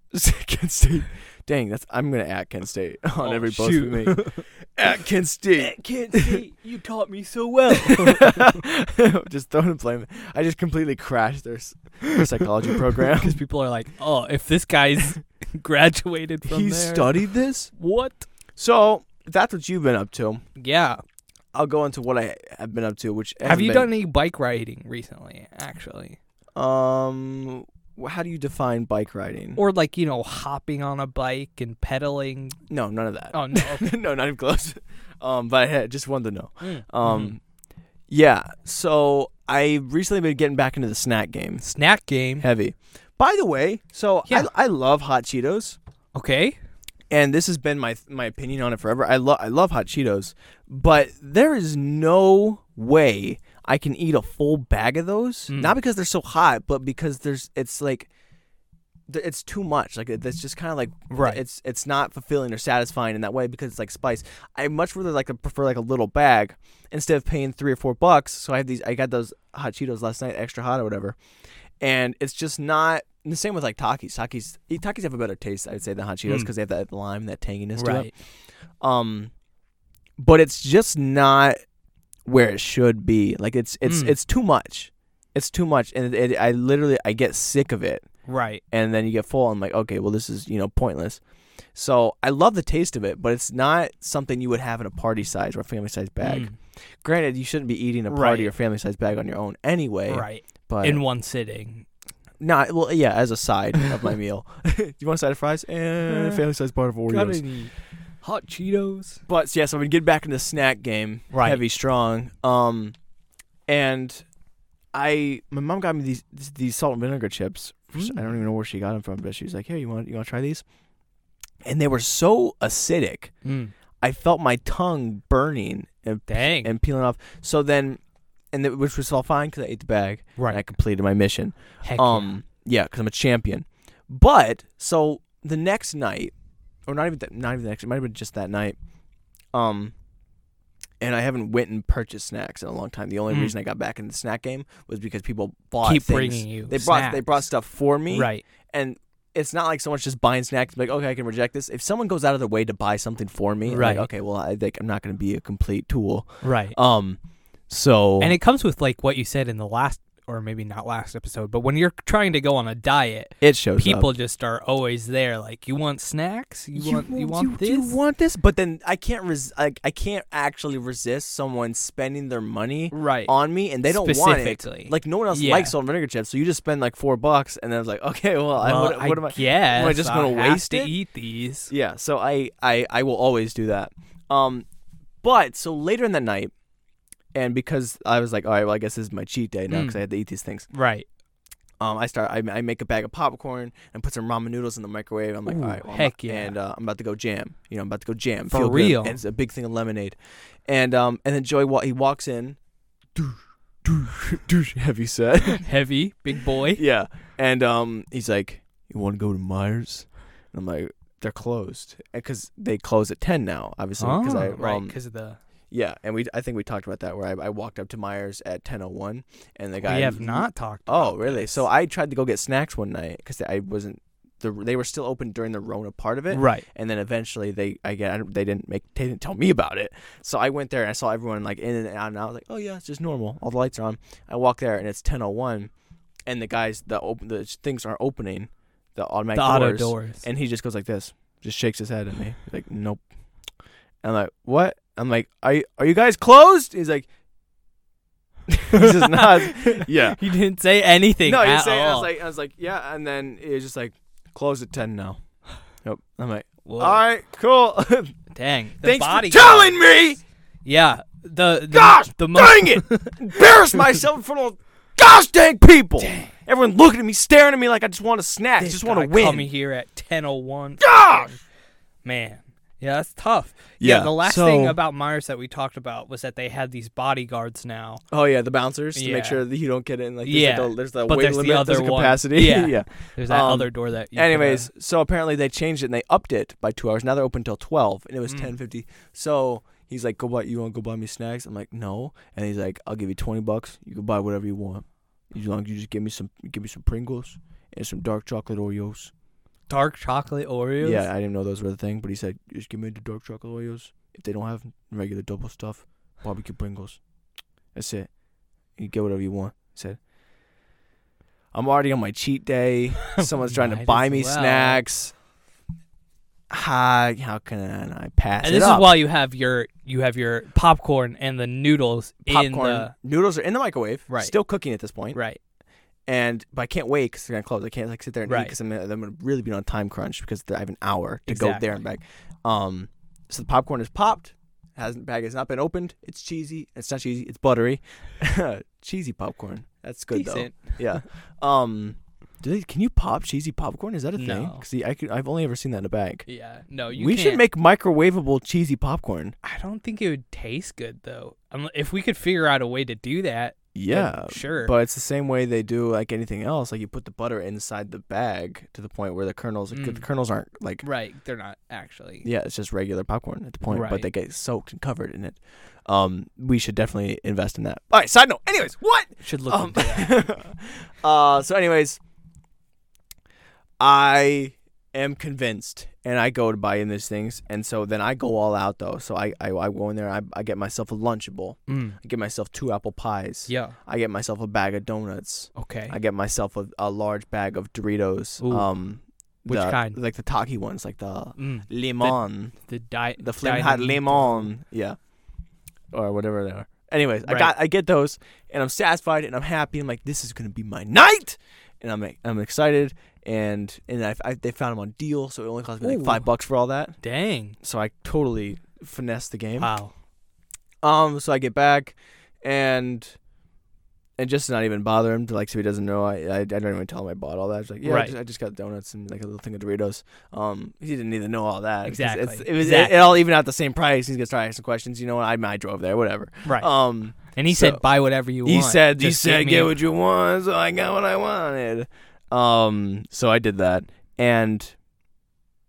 [SPEAKER 1] Kent State. Dang, that's I'm gonna at Kent State on
[SPEAKER 2] Oh,
[SPEAKER 1] every post
[SPEAKER 2] shoot. <laughs>
[SPEAKER 1] we make. At Kent State.
[SPEAKER 2] Kent State, you taught me so
[SPEAKER 1] <laughs>
[SPEAKER 2] well.
[SPEAKER 1] just throwing a blame. I just completely crashed their s-
[SPEAKER 2] <laughs>
[SPEAKER 1] psychology program.
[SPEAKER 2] because people are like, "Oh, if this
[SPEAKER 1] <laughs>
[SPEAKER 2] guy's graduated from
[SPEAKER 1] he
[SPEAKER 2] there,
[SPEAKER 1] studied this.
[SPEAKER 2] what?"
[SPEAKER 1] So if that's what you've been up to.
[SPEAKER 2] Yeah.
[SPEAKER 1] I'll go into what I have been up to. Which
[SPEAKER 2] Have
[SPEAKER 1] hasn't
[SPEAKER 2] you done
[SPEAKER 1] been-
[SPEAKER 2] any bike riding recently? Actually,
[SPEAKER 1] Um, wh- how do you define bike riding?
[SPEAKER 2] or like you know, hopping on a bike and pedaling.
[SPEAKER 1] no, none of that.
[SPEAKER 2] Oh no. Okay.
[SPEAKER 1] <laughs> no, not even close. Um, but I had- just wanted to know.
[SPEAKER 2] Mm.
[SPEAKER 1] Um,
[SPEAKER 2] Mhm.
[SPEAKER 1] yeah. So I recently been getting back into the snack game,
[SPEAKER 2] snack game.
[SPEAKER 1] heavy. By the way, so
[SPEAKER 2] Yeah.
[SPEAKER 1] I, I love hot Cheetos.
[SPEAKER 2] Okay.
[SPEAKER 1] and this has been my my opinion on it forever. I love I love hot Cheetos, but there is no way I can eat a full bag of those.
[SPEAKER 2] Mm.
[SPEAKER 1] Not because they're so hot, but because there's it's like th- it's too much. Like it- that's just kind of like
[SPEAKER 2] Right.
[SPEAKER 1] It's it's not fulfilling or satisfying in that way because it's like spice. I much rather like prefer like a little bag instead of paying three or four bucks. So I have these. I got those hot Cheetos last night, extra hot or whatever, and it's just not. and The same with like Takis. Takis, eh, Takis have a better taste, I'd say, than hot Cheetos
[SPEAKER 2] Mm.
[SPEAKER 1] because they have that lime, that tanginess to it.
[SPEAKER 2] Right.
[SPEAKER 1] Um, but it's just not where it should be. Like it's it's
[SPEAKER 2] Mm.
[SPEAKER 1] it's too much. It's too much, and it, I literally I get sick of it
[SPEAKER 2] Right.
[SPEAKER 1] and then you get full. I'm like, okay, well, this is you know pointless. So I love the taste of it, but it's not something you would have in a party size or a family size bag.
[SPEAKER 2] Mm.
[SPEAKER 1] Granted, you shouldn't be eating a party
[SPEAKER 2] Right.
[SPEAKER 1] or family size bag on your own anyway.
[SPEAKER 2] Right.
[SPEAKER 1] But
[SPEAKER 2] In one sitting.
[SPEAKER 1] not well, yeah, as a side of
[SPEAKER 2] <laughs>
[SPEAKER 1] my meal. <laughs> Do you want a side of fries and a
[SPEAKER 2] Uh,
[SPEAKER 1] family size bar of Oreos?
[SPEAKER 2] Got any hot Cheetos?
[SPEAKER 1] But yeah, so we get back into the snack game,
[SPEAKER 2] Right.
[SPEAKER 1] heavy, strong. Um, and I, my mom got me these these salt and vinegar chips. For s- I
[SPEAKER 2] Hmm.
[SPEAKER 1] don't even know where she got them from, but she was like, "Here, you want you want to try these?" And they were so acidic.
[SPEAKER 2] Mm.
[SPEAKER 1] I felt my tongue burning and
[SPEAKER 2] Dang.
[SPEAKER 1] and peeling off. So then, and th- which was all fine because I ate the bag. And I
[SPEAKER 2] right.
[SPEAKER 1] completed my mission.
[SPEAKER 2] Heck
[SPEAKER 1] Um, yeah, because I'm a champion. But so the next night, or not even that, not even the next, it might have been just that night. Um, and I haven't went and purchased snacks in a long time. The only
[SPEAKER 2] Mm.
[SPEAKER 1] reason I got back in the snack game was because people
[SPEAKER 2] yeah.
[SPEAKER 1] bought
[SPEAKER 2] keep
[SPEAKER 1] things.
[SPEAKER 2] bringing you.
[SPEAKER 1] They brought they brought
[SPEAKER 2] snacks.
[SPEAKER 1] stuff for me,
[SPEAKER 2] Right.
[SPEAKER 1] and it's not like someone's just buying snacks. Like, okay, I can reject this. If someone goes out of their way to buy something for me, I'm like,
[SPEAKER 2] Right.
[SPEAKER 1] okay, well, I think I'm not going to be a complete tool.
[SPEAKER 2] Right.
[SPEAKER 1] Um, so
[SPEAKER 2] and it comes with like what you said in the last or maybe not last episode, but when you're trying to go on a diet,
[SPEAKER 1] it shows up.
[SPEAKER 2] people just are always there like you want snacks? You, want you want this?
[SPEAKER 1] You want this, but then I can't res- I, I can't actually resist someone spending their money
[SPEAKER 2] right.
[SPEAKER 1] on me, Um, and they don't want it.
[SPEAKER 2] Specifically.
[SPEAKER 1] Like no one else
[SPEAKER 2] Yeah.
[SPEAKER 1] likes salt and vinegar chips, so you just spend like four bucks, and then I was like, okay, well, I,
[SPEAKER 2] Well,
[SPEAKER 1] what, what am I?
[SPEAKER 2] guess
[SPEAKER 1] am I just gonna
[SPEAKER 2] I'll have
[SPEAKER 1] waste
[SPEAKER 2] to
[SPEAKER 1] it?
[SPEAKER 2] eat these?
[SPEAKER 1] Yeah, so I, I I will always do that. Um, but so later in the night, and because I was like, all right, well, I guess this is my cheat day now
[SPEAKER 2] Mm.
[SPEAKER 1] because I had to eat these things.
[SPEAKER 2] Right.
[SPEAKER 1] Um, I start I, I make a bag of popcorn and put some ramen noodles in the microwave. I'm like,
[SPEAKER 2] Ooh,
[SPEAKER 1] all right, well, I'm
[SPEAKER 2] heck
[SPEAKER 1] a-
[SPEAKER 2] yeah.
[SPEAKER 1] and uh, I'm about to go jam. You know, I'm about to go jam
[SPEAKER 2] For
[SPEAKER 1] feel good.
[SPEAKER 2] real.
[SPEAKER 1] And it's a big thing of lemonade, and um, and then Joey wa- he walks in, <laughs> douche, douche, douche, heavy set.
[SPEAKER 2] Heavy, big boy.
[SPEAKER 1] <laughs> Yeah. And um, he's like, "You want to go to Myers?" And I'm like, "They're closed because they close at ten now, obviously." Because I
[SPEAKER 2] Oh, right,
[SPEAKER 1] um,
[SPEAKER 2] because of the
[SPEAKER 1] yeah, and we I think we talked about that where I, I walked up to Myers at ten oh one, and the guy
[SPEAKER 2] we have not talked.
[SPEAKER 1] Oh,
[SPEAKER 2] about
[SPEAKER 1] really?
[SPEAKER 2] this.
[SPEAKER 1] So I tried to go get snacks one night because I wasn't. The, they were still open during the Rona part of it,
[SPEAKER 2] right,
[SPEAKER 1] and then eventually they I get I don't- they didn't make they didn't tell me about it. So I went there and I saw everyone like in and out, and I was like, oh yeah, it's just normal. All the lights are on. I walk there and it's ten oh one, and the guys the open the things aren't opening, the automatic
[SPEAKER 2] the auto
[SPEAKER 1] doors,
[SPEAKER 2] doors. <laughs>
[SPEAKER 1] and he just goes like this, just shakes his head at me, He's like nope. And I'm like, what? I'm like, are you, are you guys closed? He's like, <laughs> he's
[SPEAKER 2] <laughs>
[SPEAKER 1] just nods. Yeah.
[SPEAKER 2] he didn't say anything.
[SPEAKER 1] No, you
[SPEAKER 2] at
[SPEAKER 1] say I was
[SPEAKER 2] all.
[SPEAKER 1] like I was like, yeah, and then it was just like close at ten now. Yep. I'm like,
[SPEAKER 2] Whoa,
[SPEAKER 1] all right, cool. <laughs>
[SPEAKER 2] dang. The
[SPEAKER 1] Thanks for
[SPEAKER 2] body
[SPEAKER 1] telling me.
[SPEAKER 2] <laughs> Yeah, the, the
[SPEAKER 1] Gosh,
[SPEAKER 2] the most
[SPEAKER 1] Dang it! Embarrass myself in front of gosh dang people. Everyone looking at me, staring at me like I just want a snack,
[SPEAKER 2] this
[SPEAKER 1] just want
[SPEAKER 2] guy
[SPEAKER 1] to win.
[SPEAKER 2] Coming here at ten oh one.
[SPEAKER 1] Gosh!
[SPEAKER 2] man. Yeah, that's tough.
[SPEAKER 1] Yeah,
[SPEAKER 2] the last
[SPEAKER 1] so-
[SPEAKER 2] thing about Myers that we talked about was that they had these bodyguards now.
[SPEAKER 1] Oh yeah, the bouncers to
[SPEAKER 2] Yeah.
[SPEAKER 1] make sure that you don't get in. Like there's
[SPEAKER 2] Yeah.
[SPEAKER 1] like a, there's the
[SPEAKER 2] But
[SPEAKER 1] weight
[SPEAKER 2] there's the
[SPEAKER 1] limit, there's a
[SPEAKER 2] other one.
[SPEAKER 1] capacity. <laughs>
[SPEAKER 2] Yeah. There's that
[SPEAKER 1] Um,
[SPEAKER 2] other door that. You could, uh,
[SPEAKER 1] Anyways, so apparently they changed it and they upped it by two hours. Now they're open till twelve, and it was
[SPEAKER 2] Mm.
[SPEAKER 1] ten fifty. So he's like, "Go buy. You want to go buy me snacks?" I'm like, "No." And he's like, "I'll give you twenty bucks. You can buy whatever you want, as long as you just give me some, give me some Pringles and some dark chocolate Oreos."
[SPEAKER 2] dark chocolate Oreos. <laughs>
[SPEAKER 1] Yeah, I didn't know those were the thing, but he said, "Just give me the dark chocolate Oreos. If they don't have regular double stuff, barbecue Pringles. That's it. You get whatever you want." He said. I'm already on my cheat day. Someone's trying
[SPEAKER 2] Might
[SPEAKER 1] to buy
[SPEAKER 2] as
[SPEAKER 1] me
[SPEAKER 2] well.
[SPEAKER 1] snacks. Hi, how can I pass
[SPEAKER 2] And
[SPEAKER 1] it
[SPEAKER 2] this
[SPEAKER 1] up?
[SPEAKER 2] is why you have your you have your popcorn and the noodles in
[SPEAKER 1] Popcorn
[SPEAKER 2] the
[SPEAKER 1] noodles are in the microwave,
[SPEAKER 2] Right.
[SPEAKER 1] still cooking at this point,
[SPEAKER 2] right.
[SPEAKER 1] and but I can't wait because they're gonna close. I can't like sit there and eat
[SPEAKER 2] Right.
[SPEAKER 1] because I'm, I'm gonna really be on a time crunch because I have an hour to go there and
[SPEAKER 2] Exactly.
[SPEAKER 1] back. Um, so the popcorn is popped. Hasn't bag has not been opened. It's cheesy. It's not cheesy. It's buttery. <laughs> cheesy popcorn. That's good
[SPEAKER 2] Decent.
[SPEAKER 1] though.
[SPEAKER 2] <laughs>
[SPEAKER 1] Yeah. Um, do they, can you pop cheesy popcorn? Is that a thing?
[SPEAKER 2] No.
[SPEAKER 1] 'Cause See, I could, I've only ever seen that in a bag.
[SPEAKER 2] Yeah. No, Oh, you
[SPEAKER 1] we
[SPEAKER 2] can't.
[SPEAKER 1] should make microwavable cheesy popcorn.
[SPEAKER 2] I don't think it would taste good though. Um, if we could figure out a way to do that, then
[SPEAKER 1] Yeah.
[SPEAKER 2] sure.
[SPEAKER 1] But it's the same way they do like anything else. Like you put the butter inside the bag to the point where the kernels
[SPEAKER 2] Mm.
[SPEAKER 1] the kernels aren't like
[SPEAKER 2] right, they're not actually.
[SPEAKER 1] yeah, it's just regular popcorn at the point, but
[SPEAKER 2] Right.
[SPEAKER 1] they get soaked and covered in it. Um, we should definitely invest in that. All right, side note. Anyways, what?
[SPEAKER 2] Should look
[SPEAKER 1] Um,
[SPEAKER 2] into that.
[SPEAKER 1] <laughs> uh, so anyways, I am convinced, and I go to buy in these things, and so then I go all out though. So I I, I go in there, I, I get myself a lunchable,
[SPEAKER 2] Mm.
[SPEAKER 1] I get myself two apple pies,
[SPEAKER 2] Yeah.
[SPEAKER 1] I get myself a bag of donuts,
[SPEAKER 2] Okay.
[SPEAKER 1] I get myself a, a large bag of Doritos,
[SPEAKER 2] Ooh.
[SPEAKER 1] um,
[SPEAKER 2] Which
[SPEAKER 1] the-
[SPEAKER 2] kind?
[SPEAKER 1] Like the Taki ones, like the
[SPEAKER 2] mm.
[SPEAKER 1] lemon,
[SPEAKER 2] The diet.
[SPEAKER 1] the, Flim Hot Lemon, yeah, or whatever they are. Anyways, I
[SPEAKER 2] Right.
[SPEAKER 1] got I get those, and I'm satisfied, and I'm happy. I'm like, this is gonna be my night, and I'm like, I'm excited, and and I, I they found them on deal, so it only cost me like
[SPEAKER 2] Ooh.
[SPEAKER 1] five bucks for all that.
[SPEAKER 2] Dang.
[SPEAKER 1] So I totally finessed the game.
[SPEAKER 2] Wow.
[SPEAKER 1] Um, so I get back, and and just to not even bother him to like so he doesn't know I I, I don't even tell him I bought all that. It's like yeah, I,
[SPEAKER 2] Right.
[SPEAKER 1] just, I just got donuts and like a little thing of Doritos. Um, he didn't even know all that. It's-
[SPEAKER 2] Exactly.
[SPEAKER 1] it's- it was
[SPEAKER 2] Exactly.
[SPEAKER 1] it, it all even out the same price. He's gonna start asking questions. You know what? I I drove there. Whatever.
[SPEAKER 2] Right.
[SPEAKER 1] Um,
[SPEAKER 2] and he
[SPEAKER 1] so-
[SPEAKER 2] said, buy whatever you
[SPEAKER 1] he
[SPEAKER 2] want.
[SPEAKER 1] said he
[SPEAKER 2] Just give
[SPEAKER 1] said
[SPEAKER 2] me
[SPEAKER 1] get
[SPEAKER 2] a-
[SPEAKER 1] what you want. So I got what I wanted. Um, so I did that. And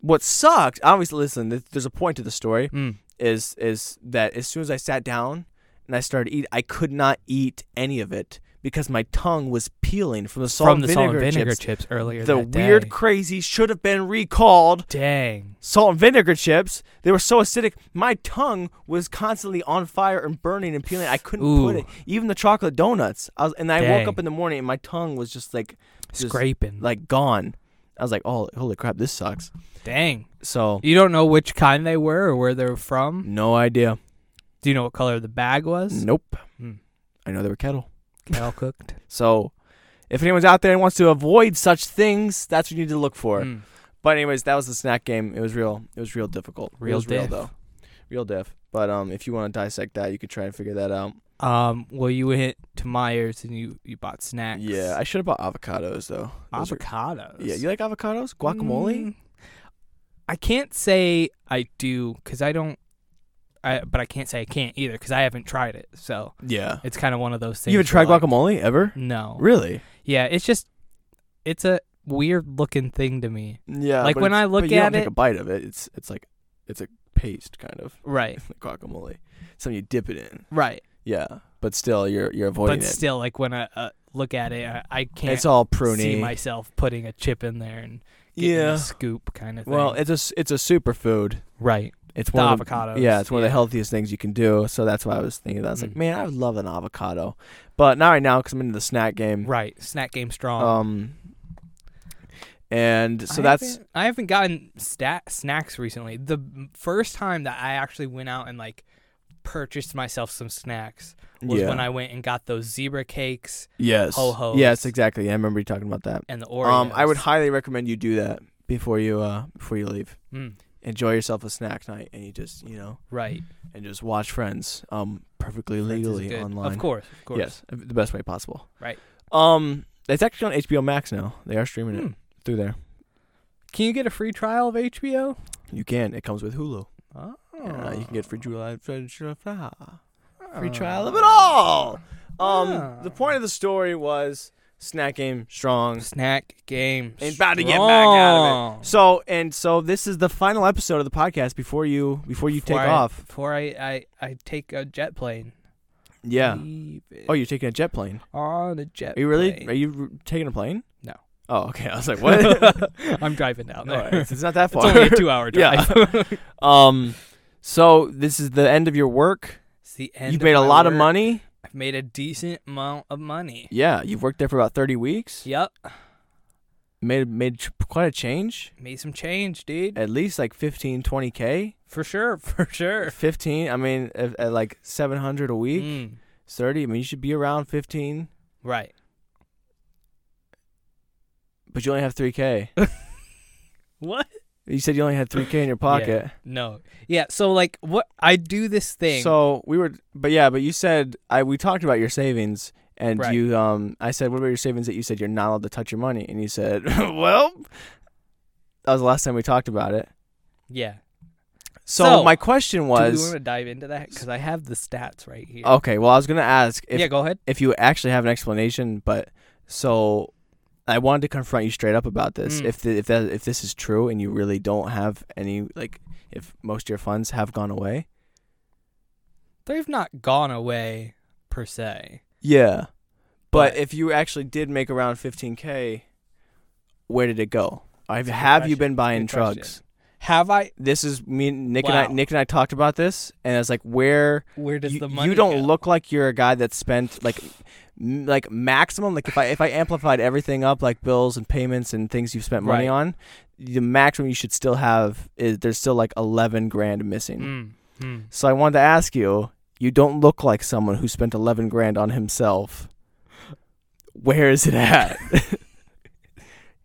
[SPEAKER 1] what sucked? Obviously, listen. th- There's a point to the story
[SPEAKER 2] Mm.
[SPEAKER 1] is is that as soon as I sat down and I started eat, I could not eat any of it because my tongue was peeling from the salt
[SPEAKER 2] from
[SPEAKER 1] and
[SPEAKER 2] the
[SPEAKER 1] vinegar,
[SPEAKER 2] salt and vinegar
[SPEAKER 1] chips.
[SPEAKER 2] chips, earlier.
[SPEAKER 1] the
[SPEAKER 2] that
[SPEAKER 1] weird,
[SPEAKER 2] day.
[SPEAKER 1] crazy should have been recalled
[SPEAKER 2] Dang.
[SPEAKER 1] salt and vinegar chips. They were so acidic. My tongue was constantly on fire and burning and peeling. I couldn't put
[SPEAKER 2] Ooh.
[SPEAKER 1] it. Even the chocolate donuts. I was, and I woke
[SPEAKER 2] Dang.
[SPEAKER 1] up in the morning and my tongue was just like just,
[SPEAKER 2] Scraping.
[SPEAKER 1] like gone. I was like, oh, holy crap, this sucks.
[SPEAKER 2] Dang.
[SPEAKER 1] So
[SPEAKER 2] You don't know which kind they were or where they were from?
[SPEAKER 1] no idea.
[SPEAKER 2] Do you know what color the bag was?
[SPEAKER 1] Nope.
[SPEAKER 2] Hmm.
[SPEAKER 1] I know they were kettle.
[SPEAKER 2] Well
[SPEAKER 1] <laughs>
[SPEAKER 2] cooked.
[SPEAKER 1] So, if anyone's out there and wants to avoid such things, that's what you need to look for.
[SPEAKER 2] Mm.
[SPEAKER 1] But anyways, that was the snack game. It was real. It was real difficult. It
[SPEAKER 2] Real
[SPEAKER 1] was real
[SPEAKER 2] diff.
[SPEAKER 1] though. Real diff. But um, if you want to dissect that, you could try and figure that out.
[SPEAKER 2] Um, well, you went to Myers and you, you bought snacks.
[SPEAKER 1] Yeah, I should have bought avocados though. Those are-
[SPEAKER 2] avocados.
[SPEAKER 1] yeah, you like avocados? Guacamole?
[SPEAKER 2] Mm, I can't say I do because I don't. I but I can't say I can't either because I haven't tried it. So
[SPEAKER 1] Yeah.
[SPEAKER 2] it's kind of one of those things.
[SPEAKER 1] You ever
[SPEAKER 2] where,
[SPEAKER 1] tried
[SPEAKER 2] like,
[SPEAKER 1] guacamole ever?
[SPEAKER 2] No.
[SPEAKER 1] Really?
[SPEAKER 2] Yeah, it's just it's a weird looking thing to me.
[SPEAKER 1] Yeah.
[SPEAKER 2] Like,
[SPEAKER 1] but
[SPEAKER 2] when
[SPEAKER 1] it's-
[SPEAKER 2] I look
[SPEAKER 1] but you don't
[SPEAKER 2] at
[SPEAKER 1] take
[SPEAKER 2] it-
[SPEAKER 1] a bite of it. It's it's like it's a paste kind of
[SPEAKER 2] Right.
[SPEAKER 1] <laughs> like guacamole. Something you dip it in.
[SPEAKER 2] Right.
[SPEAKER 1] Yeah, but still you're you're avoiding
[SPEAKER 2] but
[SPEAKER 1] it.
[SPEAKER 2] still, like when I uh, look at it, I, I can't
[SPEAKER 1] it's all pruny.
[SPEAKER 2] see myself putting a chip in there and getting
[SPEAKER 1] yeah.
[SPEAKER 2] a scoop kind of thing.
[SPEAKER 1] Well, it's a s- it's a superfood.
[SPEAKER 2] right.
[SPEAKER 1] It's
[SPEAKER 2] The
[SPEAKER 1] one of
[SPEAKER 2] avocados,
[SPEAKER 1] Yeah, it's one of the
[SPEAKER 2] yeah.
[SPEAKER 1] healthiest things you can do. So that's why I was thinking. That. I was like,
[SPEAKER 2] Mm.
[SPEAKER 1] man, I would love an avocado, but not right now because I'm into the snack game.
[SPEAKER 2] Right. Snack game strong.
[SPEAKER 1] Um, and so
[SPEAKER 2] I
[SPEAKER 1] that's
[SPEAKER 2] haven't- I haven't gotten sta snacks recently. The m- first time that I actually went out and like purchased myself some snacks was
[SPEAKER 1] yeah.
[SPEAKER 2] when I went and got those zebra cakes
[SPEAKER 1] yes
[SPEAKER 2] Ho-Hos.
[SPEAKER 1] yes exactly. I remember you talking about that.
[SPEAKER 2] and the Oreos.
[SPEAKER 1] Um, I would highly recommend you do that before you uh before you leave.
[SPEAKER 2] Mm,
[SPEAKER 1] Enjoy yourself a snack night, and you just you know
[SPEAKER 2] right.
[SPEAKER 1] and just watch Friends um perfectly
[SPEAKER 2] Friends is
[SPEAKER 1] legally
[SPEAKER 2] good.
[SPEAKER 1] online.
[SPEAKER 2] Of course, of course.
[SPEAKER 1] Yes, uh, the best way possible.
[SPEAKER 2] Right.
[SPEAKER 1] Um, it's actually on HBO Max now. They are streaming it
[SPEAKER 2] Hmm.
[SPEAKER 1] through there.
[SPEAKER 2] Can you get a free trial of HBO?
[SPEAKER 1] You can. It comes with Hulu.
[SPEAKER 2] Oh.
[SPEAKER 1] Uh, you can get free trial, free trial
[SPEAKER 2] Oh.
[SPEAKER 1] of it all. Um,
[SPEAKER 2] Ah.
[SPEAKER 1] the point of the story was snack game strong.
[SPEAKER 2] Snack game.
[SPEAKER 1] And about to get back out
[SPEAKER 2] strong.
[SPEAKER 1] So and so, this is the final episode of the podcast before you before you
[SPEAKER 2] Before
[SPEAKER 1] take
[SPEAKER 2] I-
[SPEAKER 1] off.
[SPEAKER 2] Before I, I, I take a jet plane.
[SPEAKER 1] Yeah.
[SPEAKER 2] Leave
[SPEAKER 1] Oh,
[SPEAKER 2] it
[SPEAKER 1] you're taking a jet plane.
[SPEAKER 2] on a jet.
[SPEAKER 1] Are you really?
[SPEAKER 2] plane.
[SPEAKER 1] Are you r- taking a plane?
[SPEAKER 2] No.
[SPEAKER 1] Oh, okay. <laughs> I was like,
[SPEAKER 2] <laughs>
[SPEAKER 1] what?
[SPEAKER 2] I'm driving down
[SPEAKER 1] <laughs> no,
[SPEAKER 2] there.
[SPEAKER 1] it's, it's not that
[SPEAKER 2] It's
[SPEAKER 1] far.
[SPEAKER 2] only a two-hour
[SPEAKER 1] Yeah.
[SPEAKER 2] drive.
[SPEAKER 1] <laughs> um, so this is the end of your work.
[SPEAKER 2] It's the end.
[SPEAKER 1] you've
[SPEAKER 2] of
[SPEAKER 1] made a
[SPEAKER 2] my
[SPEAKER 1] lot of
[SPEAKER 2] work.
[SPEAKER 1] money.
[SPEAKER 2] I've made a decent amount of money.
[SPEAKER 1] Yeah, you've worked there for about thirty weeks.
[SPEAKER 2] Yep.
[SPEAKER 1] Made made ch- quite a change.
[SPEAKER 2] Made some change, dude.
[SPEAKER 1] At least like 15, 20 k.
[SPEAKER 2] For sure. <laughs> For sure.
[SPEAKER 1] Fifteen. I mean, at, at like seven hundred a week.
[SPEAKER 2] Mm,
[SPEAKER 1] Thirty. I mean, you should be around fifteen,
[SPEAKER 2] right.
[SPEAKER 1] but you only have three k.
[SPEAKER 2] What?
[SPEAKER 1] You said you only had three k in your pocket.
[SPEAKER 2] No. Yeah. So like, what I do this thing.
[SPEAKER 1] So we were, but yeah, but you said I we talked about your savings. And
[SPEAKER 2] Right.
[SPEAKER 1] you, um, I said, what about your savings that you said you're not allowed to touch your money? And you said, <laughs> well, that was the last time we talked about it.
[SPEAKER 2] yeah.
[SPEAKER 1] So,
[SPEAKER 2] So,
[SPEAKER 1] my question
[SPEAKER 2] do we
[SPEAKER 1] was,
[SPEAKER 2] want to dive into that? Because I have the stats right here.
[SPEAKER 1] Okay, well, I was gonna ask if
[SPEAKER 2] yeah. Go ahead.
[SPEAKER 1] if you actually have an explanation, but so I wanted to confront you straight up about this.
[SPEAKER 2] Mm.
[SPEAKER 1] If the, if that if this is true and you really don't have any like if most of your funds have gone away,
[SPEAKER 2] They've not gone away per se.
[SPEAKER 1] yeah. But,
[SPEAKER 2] But-
[SPEAKER 1] if you actually did make around 15k, where did it go? I've,
[SPEAKER 2] That's a good
[SPEAKER 1] have you
[SPEAKER 2] question.
[SPEAKER 1] been buying
[SPEAKER 2] Good question.
[SPEAKER 1] drugs?
[SPEAKER 2] Have I?
[SPEAKER 1] This is me, Nick and I.
[SPEAKER 2] Wow.
[SPEAKER 1] Nick and I talked about this, and I was like, where
[SPEAKER 2] Where does
[SPEAKER 1] you,
[SPEAKER 2] the
[SPEAKER 1] you
[SPEAKER 2] money? go?
[SPEAKER 1] don't look like you're a guy that spent like m- like maximum like if I if I amplified everything up like bills and payments and things you've spent money
[SPEAKER 2] Right.
[SPEAKER 1] on, the maximum you should still have is there's still like 11 grand missing.
[SPEAKER 2] Mm, mm.
[SPEAKER 1] So I wanted to ask you, you don't look like someone who spent 11 grand on himself. Where is it at? <laughs>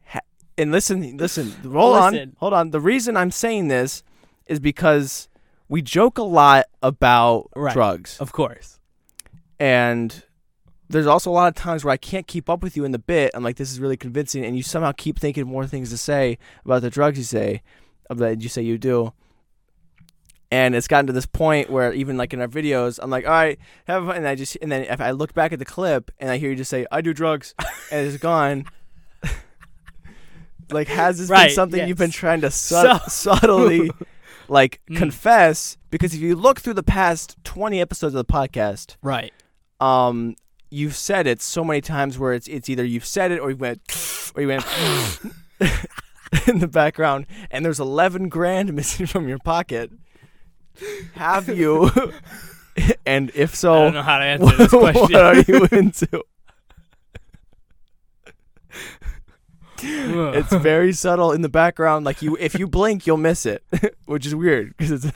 [SPEAKER 1] Ha- and listen, listen, hold on.
[SPEAKER 2] Listen.
[SPEAKER 1] Hold on. The reason I'm saying this is because we joke a lot about
[SPEAKER 2] Right.
[SPEAKER 1] drugs
[SPEAKER 2] Of course.
[SPEAKER 1] and there's also a lot of times where I can't keep up with you in the bit. I'm like, this is really convincing, and you somehow keep thinking of more things to say about the drugs you say, of that you say you do. And it's gotten to this point where even like in our videos, I'm like, all right, have fun, and I just and then if I look back at the clip and I hear you just say, I do drugs, and it's gone. <laughs> like, has this
[SPEAKER 2] Right,
[SPEAKER 1] been something
[SPEAKER 2] yes.
[SPEAKER 1] you've been trying to sub-
[SPEAKER 2] <laughs>
[SPEAKER 1] subtly? like
[SPEAKER 2] Mm.
[SPEAKER 1] confess because if you look through the past 20 episodes of the podcast
[SPEAKER 2] Right.
[SPEAKER 1] um you've said it so many times where it's it's either you've said it or you went <laughs> or you went in the background and there's 11 grand <laughs> missing from your pocket have you <laughs> and if
[SPEAKER 2] I don't
[SPEAKER 1] so
[SPEAKER 2] know how to answer
[SPEAKER 1] <laughs>
[SPEAKER 2] this
[SPEAKER 1] what, what
[SPEAKER 2] question.
[SPEAKER 1] are
[SPEAKER 2] <laughs>
[SPEAKER 1] you into
[SPEAKER 2] <laughs>
[SPEAKER 1] it's very subtle in the background like you if you blink you'll miss it <laughs> which is weird because it's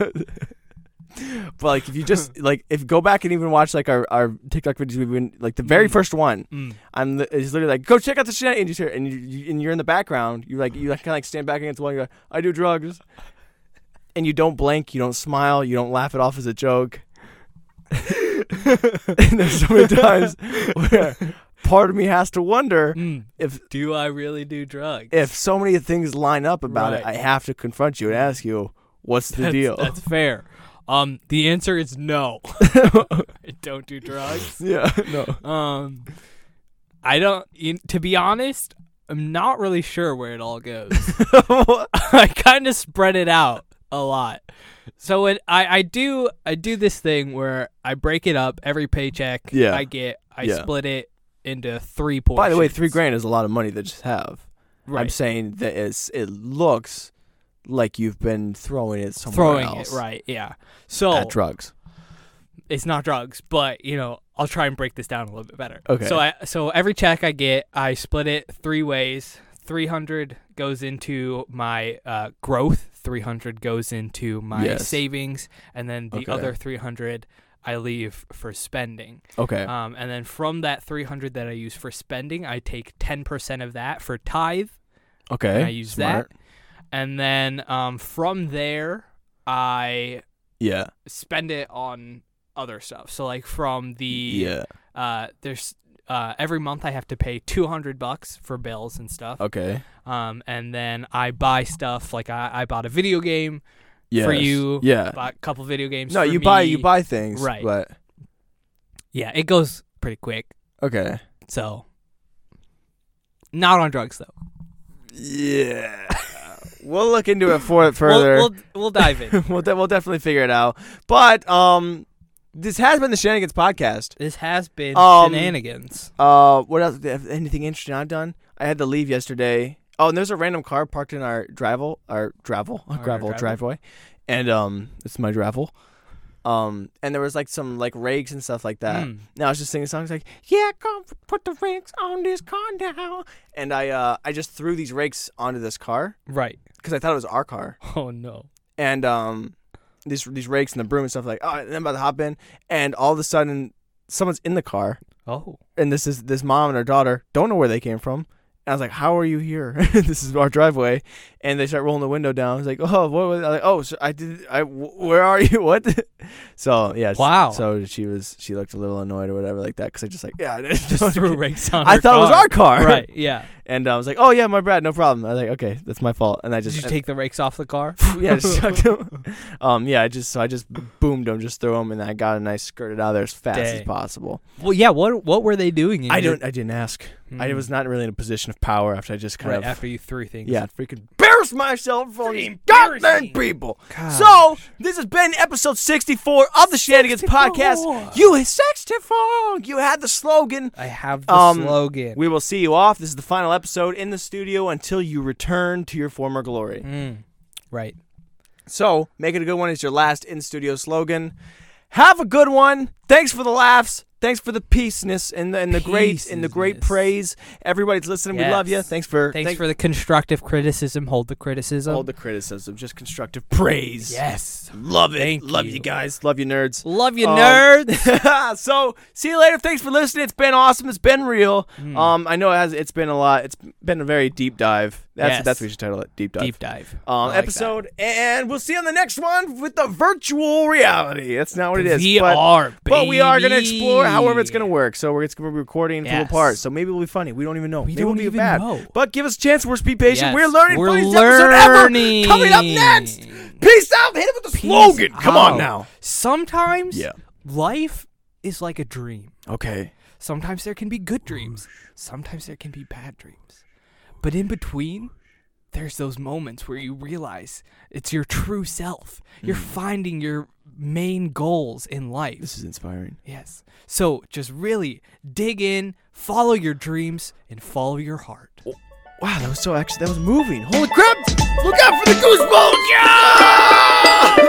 [SPEAKER 1] <laughs> but like if you just like if go back and even watch like our, our tiktok videos we've been like the very
[SPEAKER 2] Mm.
[SPEAKER 1] first one
[SPEAKER 2] Mm.
[SPEAKER 1] i'm li- it's literally like go check out the shit and you hear- and you, you and you're in the background you like you like, kind of like stand back against the wall and you're like i do drugs and you don't blink you don't smile you don't laugh it off as a joke and <laughs> there's so many times where part of me has to wonder
[SPEAKER 2] Mm.
[SPEAKER 1] if
[SPEAKER 2] Do I really do drugs?
[SPEAKER 1] if so many things line up about it,
[SPEAKER 2] Right.
[SPEAKER 1] I have to confront you and ask you, what's the
[SPEAKER 2] that's,
[SPEAKER 1] deal?
[SPEAKER 2] That's fair. Um, the answer is no. I don't do drugs.
[SPEAKER 1] <laughs> yeah, no.
[SPEAKER 2] Um, I don't. In, to be honest, I'm not really sure where it all
[SPEAKER 1] <laughs>
[SPEAKER 2] goes. <laughs> I kind of spread it out a lot. So when I, I do I do this thing where I break it up every paycheck
[SPEAKER 1] Yeah.
[SPEAKER 2] I get I
[SPEAKER 1] Yeah.
[SPEAKER 2] split it into three portions.
[SPEAKER 1] By the way, three grand is a lot of money to just have. I'm
[SPEAKER 2] right.
[SPEAKER 1] saying that it's, it looks like you've been throwing it somewhere
[SPEAKER 2] throwing
[SPEAKER 1] else
[SPEAKER 2] it right, Oh. yeah. So
[SPEAKER 1] at drugs.
[SPEAKER 2] it's not drugs, but you know, I'll try and break this down a little bit better.
[SPEAKER 1] Okay.
[SPEAKER 2] So I so every check I get, I split it three ways. Three hundred goes into my uh, growth. Three hundred goes into my
[SPEAKER 1] Yes.
[SPEAKER 2] savings, and then the
[SPEAKER 1] Okay.
[SPEAKER 2] other three hundred I leave for spending.
[SPEAKER 1] Okay.
[SPEAKER 2] Um, and then from that three hundred that I use for spending, I take ten percent of that for tithe,
[SPEAKER 1] okay.
[SPEAKER 2] and I use
[SPEAKER 1] Smart.
[SPEAKER 2] that. And then um, from there, I
[SPEAKER 1] Yeah.
[SPEAKER 2] spend it on other stuff. So like from the
[SPEAKER 1] Yeah.
[SPEAKER 2] uh there's uh every month I have to pay 200 bucks for bills and stuff.
[SPEAKER 1] Okay.
[SPEAKER 2] Um and then I buy stuff like I, I bought a video game,
[SPEAKER 1] Yeah.
[SPEAKER 2] For you,
[SPEAKER 1] Yeah.
[SPEAKER 2] bought a couple video games
[SPEAKER 1] Uh. No,
[SPEAKER 2] for
[SPEAKER 1] you buy
[SPEAKER 2] me.
[SPEAKER 1] you buy things.
[SPEAKER 2] Right.
[SPEAKER 1] But
[SPEAKER 2] Yeah, it goes pretty quick.
[SPEAKER 1] okay.
[SPEAKER 2] So not on drugs though. <laughs>
[SPEAKER 1] Yeah. we'll look into it for it further.
[SPEAKER 2] We'll, we'll, we'll dive in.
[SPEAKER 1] <laughs> we'll, de- we'll definitely figure it out. But um, this has been the Shenanigans podcast.
[SPEAKER 2] this has been
[SPEAKER 1] Um,
[SPEAKER 2] shenanigans.
[SPEAKER 1] Uh, what else? Anything interesting I've done? I had to leave yesterday. Oh, and there's a random car parked in our drivel, our gravel, our
[SPEAKER 2] Our
[SPEAKER 1] gravel
[SPEAKER 2] drivel.
[SPEAKER 1] driveway, and um, it's my gravel. Um, and there was like some like rakes and stuff like that.
[SPEAKER 2] Mm.
[SPEAKER 1] And I was just singing songs like, "Yeah, come put the rakes on this car now," and I uh, I just threw these rakes onto this car <laughs>
[SPEAKER 2] Right.
[SPEAKER 1] because I thought it was our car.
[SPEAKER 2] Oh no.
[SPEAKER 1] and um, these these rakes and the broom and stuff like, oh, and I'm about to hop in, and all of a sudden someone's in the car, <laughs>
[SPEAKER 2] Oh.
[SPEAKER 1] and this is this mom and her daughter don't know where they came from. And I was like, "How are you here? <laughs> this is our driveway." And they start rolling the window down. I was like, "Oh, what was?" I was like, "Oh, so I did. I wh- where are you? <laughs> What?" so yeah. s-
[SPEAKER 2] Wow.
[SPEAKER 1] So she was she looked a little annoyed or whatever like that because I just like yeah <laughs> I
[SPEAKER 2] Just
[SPEAKER 1] just
[SPEAKER 2] threw rakes on
[SPEAKER 1] I
[SPEAKER 2] her
[SPEAKER 1] thought it was
[SPEAKER 2] car.
[SPEAKER 1] our car, <laughs>
[SPEAKER 2] Right, yeah.
[SPEAKER 1] And uh, I was like, "Oh yeah, my bad, no problem." I was like, "Okay, that's my fault." And I
[SPEAKER 2] Did
[SPEAKER 1] just uh,
[SPEAKER 2] you take the rakes off the car?
[SPEAKER 1] <laughs>
[SPEAKER 2] <laughs>
[SPEAKER 1] yeah, I just <laughs> chucked him. Um, yeah, I just so I just boomed him, just threw him, and I got a nice skirted out of there as fast as
[SPEAKER 2] Dang.
[SPEAKER 1] possible.
[SPEAKER 2] Well, yeah. What what were they doing? in
[SPEAKER 1] I
[SPEAKER 2] your-
[SPEAKER 1] don't, I didn't ask. I
[SPEAKER 2] Mm.
[SPEAKER 1] was not really in a position of power after I just kind
[SPEAKER 2] right
[SPEAKER 1] of
[SPEAKER 2] after you threw things. <laughs>
[SPEAKER 1] yeah, freaking embarrassed myself for these
[SPEAKER 2] Freaking
[SPEAKER 1] goddamn
[SPEAKER 2] embarrassing. Ah.
[SPEAKER 1] people.
[SPEAKER 2] Gosh.
[SPEAKER 1] So this has been episode sixty-four of the Shenanigans podcast.
[SPEAKER 2] 64.
[SPEAKER 1] You sixty-four. You had the slogan.
[SPEAKER 2] I have the
[SPEAKER 1] Um,
[SPEAKER 2] slogan.
[SPEAKER 1] We will see you off. This is the final episode in the studio until you return to your former glory.
[SPEAKER 2] Mm. Right.
[SPEAKER 1] So make it a good one is your last in studio slogan. Have a good one. Thanks for the laughs. Thanks for the peaceness and the, and the great and the great
[SPEAKER 2] Peaceness.
[SPEAKER 1] praise. Everybody's listening. We love you.
[SPEAKER 2] Yes.
[SPEAKER 1] Thanks for
[SPEAKER 2] Thanks
[SPEAKER 1] thank-
[SPEAKER 2] for the constructive criticism. Hold the criticism.
[SPEAKER 1] all the criticism. Just constructive praise.
[SPEAKER 2] yes.
[SPEAKER 1] Love it.
[SPEAKER 2] Thank
[SPEAKER 1] love you.
[SPEAKER 2] you.
[SPEAKER 1] guys. Love you nerds. <laughs>
[SPEAKER 2] Love you,
[SPEAKER 1] Um,
[SPEAKER 2] nerds.
[SPEAKER 1] so see you later. Thanks for listening. It's been awesome. It's been real.
[SPEAKER 2] Hmm.
[SPEAKER 1] Um, I know it has. It's been a lot. It's been a very deep dive. That's
[SPEAKER 2] Yes.
[SPEAKER 1] that's what we should title it. Deep dive.
[SPEAKER 2] Deep dive. I
[SPEAKER 1] um,
[SPEAKER 2] like that.
[SPEAKER 1] episode, and we'll see you on the next one with the virtual reality. That's not what it is. but-
[SPEAKER 2] VR.
[SPEAKER 1] But, But we are gonna explore however it's
[SPEAKER 2] Maybe.
[SPEAKER 1] gonna work. So we're it's gonna be recording in full
[SPEAKER 2] Yes.
[SPEAKER 1] parts. So maybe we'll be funny. We don't even know.
[SPEAKER 2] We
[SPEAKER 1] maybe
[SPEAKER 2] don't
[SPEAKER 1] we'll be
[SPEAKER 2] even
[SPEAKER 1] bad.
[SPEAKER 2] know.
[SPEAKER 1] But give us a chance. We're speed patient.
[SPEAKER 2] Yes,
[SPEAKER 1] We're learning.
[SPEAKER 2] We're
[SPEAKER 1] funniest
[SPEAKER 2] learning.
[SPEAKER 1] episode ever. Coming up next. Peace out. Hit it with the
[SPEAKER 2] Peace
[SPEAKER 1] slogan. Come on
[SPEAKER 2] out.
[SPEAKER 1] now.
[SPEAKER 2] Sometimes
[SPEAKER 1] Yeah.
[SPEAKER 2] life is like a dream.
[SPEAKER 1] Okay.
[SPEAKER 2] Sometimes there can be good
[SPEAKER 1] Oh,
[SPEAKER 2] dreams. Sometimes there can be bad dreams. But in between, there's those moments where you realize it's your true self. You're finding your main goals in life.
[SPEAKER 1] Hmm. This is inspiring.
[SPEAKER 2] Yes. So just really dig in, follow your dreams, and follow your heart. <laughs>
[SPEAKER 1] Wow, that was so actually that was moving. Holy crap! Look out for the goosebumps! Yeah!
[SPEAKER 2] Oh,